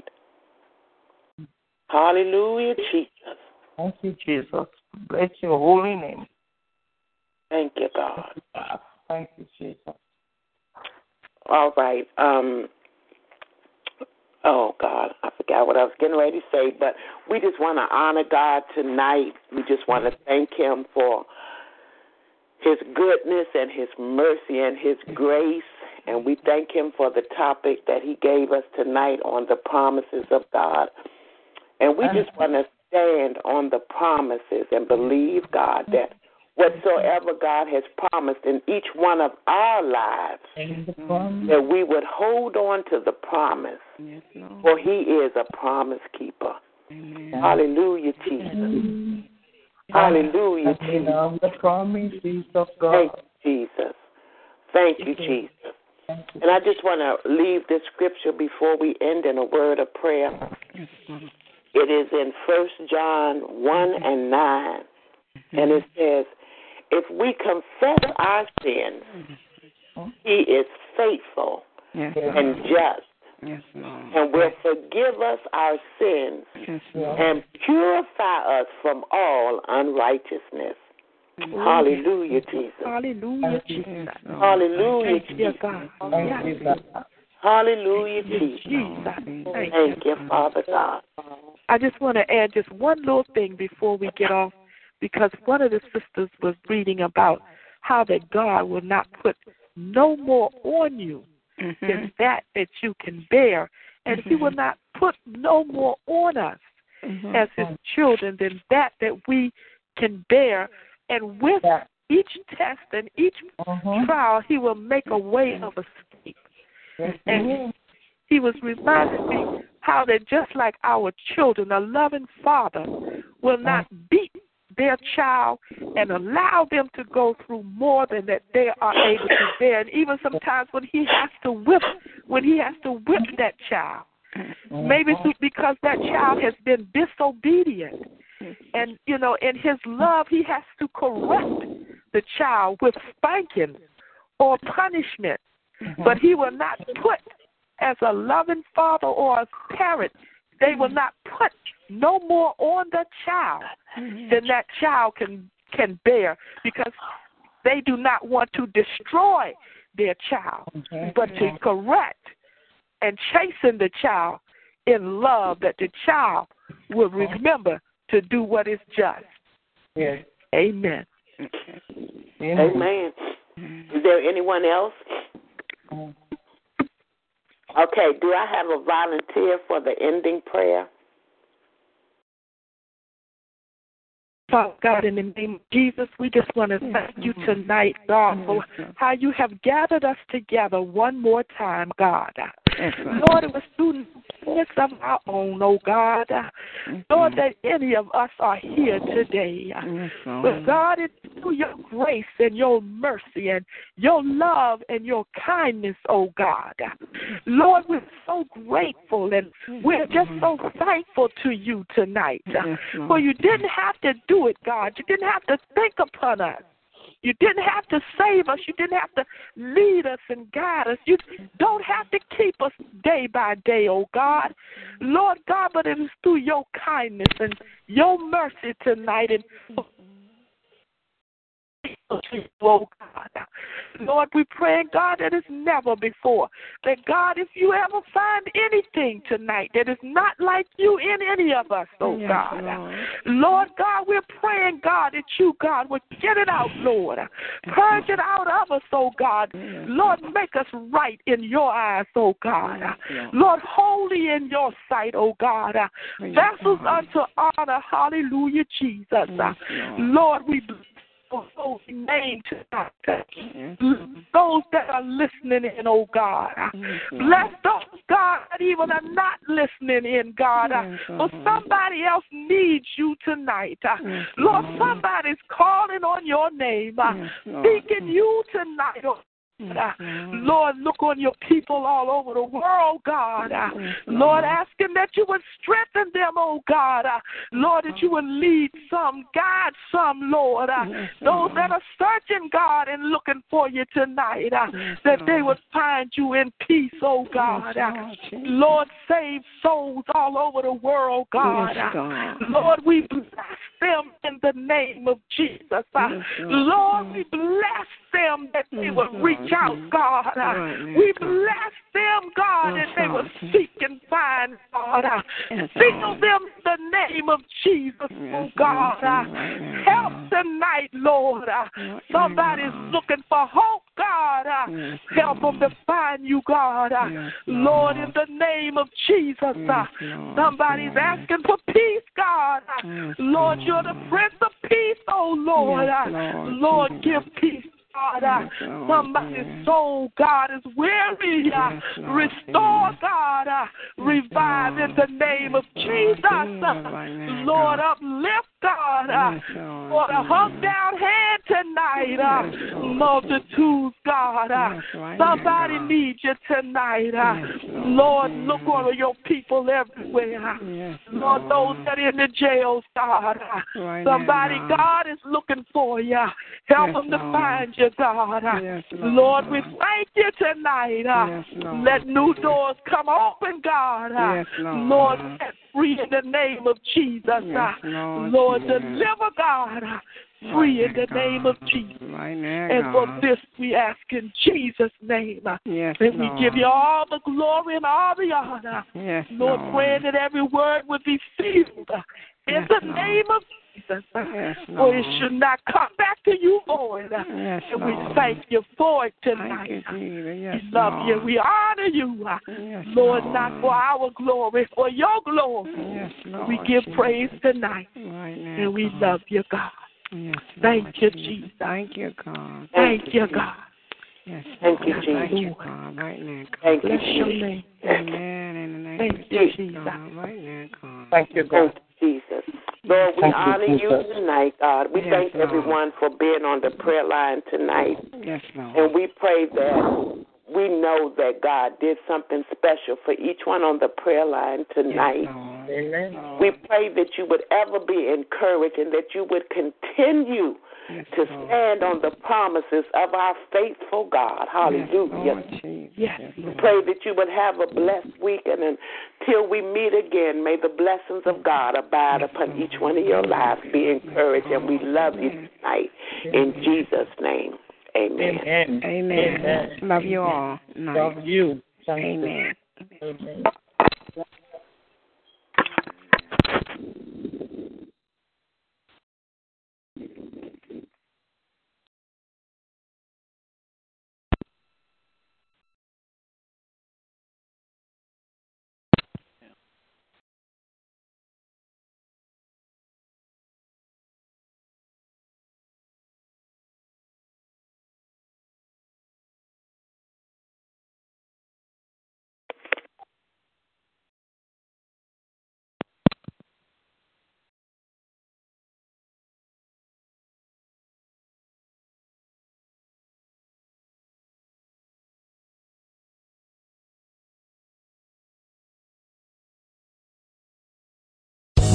[SPEAKER 5] Hallelujah, Jesus.
[SPEAKER 11] Thank you, Jesus. Bless your holy name.
[SPEAKER 5] Thank you, God.
[SPEAKER 11] Thank you, Jesus.
[SPEAKER 5] All right. Um, oh God, I forgot what I was getting ready to say, but we just want to honor God tonight. We just want to thank Him for His goodness and His mercy and His grace, and we thank Him for the topic that He gave us tonight on the promises of God. And we just want to stand on the promises and believe God that whatsoever God has promised in each one of our lives, that we would hold on to the promise, for He is a promise keeper. Hallelujah, Jesus. Hallelujah, Jesus.
[SPEAKER 11] the promises of
[SPEAKER 5] Thank you, Jesus. Thank you, Jesus. And I just want to leave this scripture before we end in a word of prayer. It is in First John 1 and 9. And it says, If we confess our sins, He is faithful
[SPEAKER 6] Yes,
[SPEAKER 5] and just
[SPEAKER 6] Yes, Lord.
[SPEAKER 5] and will forgive us our sins
[SPEAKER 6] Yes, Lord.
[SPEAKER 5] and purify us from all unrighteousness. Hallelujah, Jesus.
[SPEAKER 14] Hallelujah, Jesus. Oh,
[SPEAKER 5] Hallelujah,
[SPEAKER 14] Thank you, God.
[SPEAKER 5] Thank you,
[SPEAKER 14] Yes.
[SPEAKER 5] Hallelujah, Jesus. Thank you, Father God.
[SPEAKER 10] I just want to add just one little thing before we get off, because one of the sisters was reading about how that God will not put no more on you than that that you can bear, and He will not put no more on us
[SPEAKER 6] Mm-hmm.
[SPEAKER 10] as His children than that that we can bear, and with each test and each trial, He will make a way of escape. And he was reminding me how that just like our children, a loving father will not beat their child and allow them to go through more than that they are able to bear. And even sometimes when he has to whip, when he has to whip that child,
[SPEAKER 11] Mm-hmm.
[SPEAKER 10] maybe it's because that child has been disobedient. And you know, in his love, he has to correct the child with spanking or punishment. But he will not put as a loving father or as parent, they will not put no more on the child than that child can can bear because they do not want to destroy their child, but to correct and chasten the child in love that the child will remember to do what is just.
[SPEAKER 11] Yes.
[SPEAKER 10] Amen.
[SPEAKER 5] Amen. Is there anyone else? Okay, do I have a volunteer for the ending prayer?
[SPEAKER 10] Father God, in the name of Jesus, we just want to thank you tonight, God, for how you have gathered us together one more time, God. Lord, it was through goodness of our own, oh God. Lord, that any of us are here today. But God, it's through your grace and your mercy and your love and your kindness, oh God. Lord, we're so grateful and we're just so thankful to you tonight. For you didn't have to do it, God. You didn't have to think upon us. You didn't have to save us. You didn't have to lead us and guide us. You don't have to keep us day by day, oh God. Lord God, but it is through your kindness and your mercy tonight and to you, oh God. Lord, we pray, God, that it's never before. That God, if you ever find anything tonight that is not like you in any of us, oh
[SPEAKER 6] Yes,
[SPEAKER 10] God.
[SPEAKER 6] Lord.
[SPEAKER 10] Lord God, we're praying, God, that you, God, would get it out, Lord. Purge it out of us, oh God. Lord, make us right in your eyes, oh God. Lord, holy in your sight, oh God. Vessels unto honor, hallelujah, Jesus. Lord, we bless your holy name tonight. Those that are listening in, oh God. Bless those, God, that even are not listening in, God. But somebody else needs you tonight. Lord, somebody's calling on your name, seeking you tonight. oh God. Lord, look on your people all over the world, God. Ah, Lord, asking that you would strengthen them, oh God. Lord, that you would lead some, guide some, Lord. Ah, Those that are searching, God, and looking for you tonight, Ah, that they would find you in peace, oh God. Lord, save souls all over the world, God. Ah,
[SPEAKER 6] Yes, God.
[SPEAKER 10] Lord, we bless them in the name of Jesus. Uh, Lord, Mm. Mm-hmm. we bless them that they would reach out, God. Uh, We bless them, God, that they would seek and find, God. Signal them in the name of Jesus, oh God. Help tonight, Lord. Somebody's looking for hope, God. Help them to find you, God. Lord, in the name of Jesus. Somebody's asking for peace, God. Lord, you're the Prince of Peace, oh Lord.
[SPEAKER 6] Yes, Lord.
[SPEAKER 10] Lord, give peace. God, uh, somebody's soul, God, is weary. uh, Restore, God. uh, Revive in the name of Jesus. uh, Lord, uplift, God. uh, For the hung down hand tonight. uh, Multitudes, God. uh, Somebody needs you tonight. uh, Lord, look on your people everywhere. uh, Lord, those that are in the jails, God. uh, Somebody,
[SPEAKER 6] now,
[SPEAKER 10] God, is looking for you. Help
[SPEAKER 6] Yes,
[SPEAKER 10] them to
[SPEAKER 6] Lord.
[SPEAKER 10] find you, God.
[SPEAKER 6] Lord.
[SPEAKER 10] Lord, we thank you tonight. Let new doors come open, God.
[SPEAKER 6] Yes, Lord.
[SPEAKER 10] Lord, set free in the name of Jesus.
[SPEAKER 6] Lord,
[SPEAKER 10] Lord,
[SPEAKER 6] yes.
[SPEAKER 10] deliver, God. Free in the name of Jesus. And for
[SPEAKER 6] God.
[SPEAKER 10] this we ask in Jesus' name.
[SPEAKER 6] Yes,
[SPEAKER 10] and we
[SPEAKER 6] Lord.
[SPEAKER 10] give you all the glory and all the honor.
[SPEAKER 6] Yes,
[SPEAKER 10] Lord,
[SPEAKER 6] Lord.
[SPEAKER 10] praying that every word would be sealed in
[SPEAKER 6] Yes,
[SPEAKER 10] the
[SPEAKER 6] Lord.
[SPEAKER 10] name of Jesus.
[SPEAKER 6] Yes,
[SPEAKER 10] For it
[SPEAKER 6] Lord.
[SPEAKER 10] should not come back to you void.
[SPEAKER 6] Yes,
[SPEAKER 10] and
[SPEAKER 6] Lord.
[SPEAKER 10] we thank you for it tonight. we love
[SPEAKER 6] Lord.
[SPEAKER 10] you. We honor you. Lord, not for our glory, for your glory.
[SPEAKER 6] Lord
[SPEAKER 10] we give
[SPEAKER 6] Jesus.
[SPEAKER 10] praise tonight.
[SPEAKER 6] now,
[SPEAKER 10] and we
[SPEAKER 6] God.
[SPEAKER 10] love you, God. thank you, Jesus.
[SPEAKER 6] Thank you, God.
[SPEAKER 10] Thank you, God.
[SPEAKER 6] Yes,
[SPEAKER 10] Thank
[SPEAKER 6] Lord.
[SPEAKER 10] you, Jesus.
[SPEAKER 6] Thank you, God. Right now, God.
[SPEAKER 10] Thank you,
[SPEAKER 6] Bless your
[SPEAKER 10] Jesus.
[SPEAKER 6] name. Amen. In the name
[SPEAKER 10] Thank
[SPEAKER 6] of
[SPEAKER 10] you,
[SPEAKER 6] Jesus.
[SPEAKER 10] Jesus.
[SPEAKER 6] God. Right now, God.
[SPEAKER 4] Thank you, God.
[SPEAKER 5] Jesus. Lord, we
[SPEAKER 6] Thank you,
[SPEAKER 5] honor you
[SPEAKER 6] Jesus.
[SPEAKER 5] tonight, God. We
[SPEAKER 6] Yes,
[SPEAKER 5] thank
[SPEAKER 6] Lord.
[SPEAKER 5] everyone for being on the prayer line tonight.
[SPEAKER 6] Yes, Lord.
[SPEAKER 5] And we pray that we know that God did something special for each one on the prayer line
[SPEAKER 6] Mm-hmm.
[SPEAKER 5] tonight.
[SPEAKER 4] Amen.
[SPEAKER 5] We pray that you would ever be encouraged and that you would continue to stand on the promises of our faithful God. Hallelujah.
[SPEAKER 6] Yes.
[SPEAKER 5] We pray that you would have a blessed weekend and until we meet again, may the blessings of God abide upon each one of your lives. Be encouraged and we love you tonight. In Jesus' name. Amen.
[SPEAKER 4] Amen.
[SPEAKER 6] Amen. Love you all. Night.
[SPEAKER 4] Love you. Thank you.
[SPEAKER 6] Amen.
[SPEAKER 4] Amen.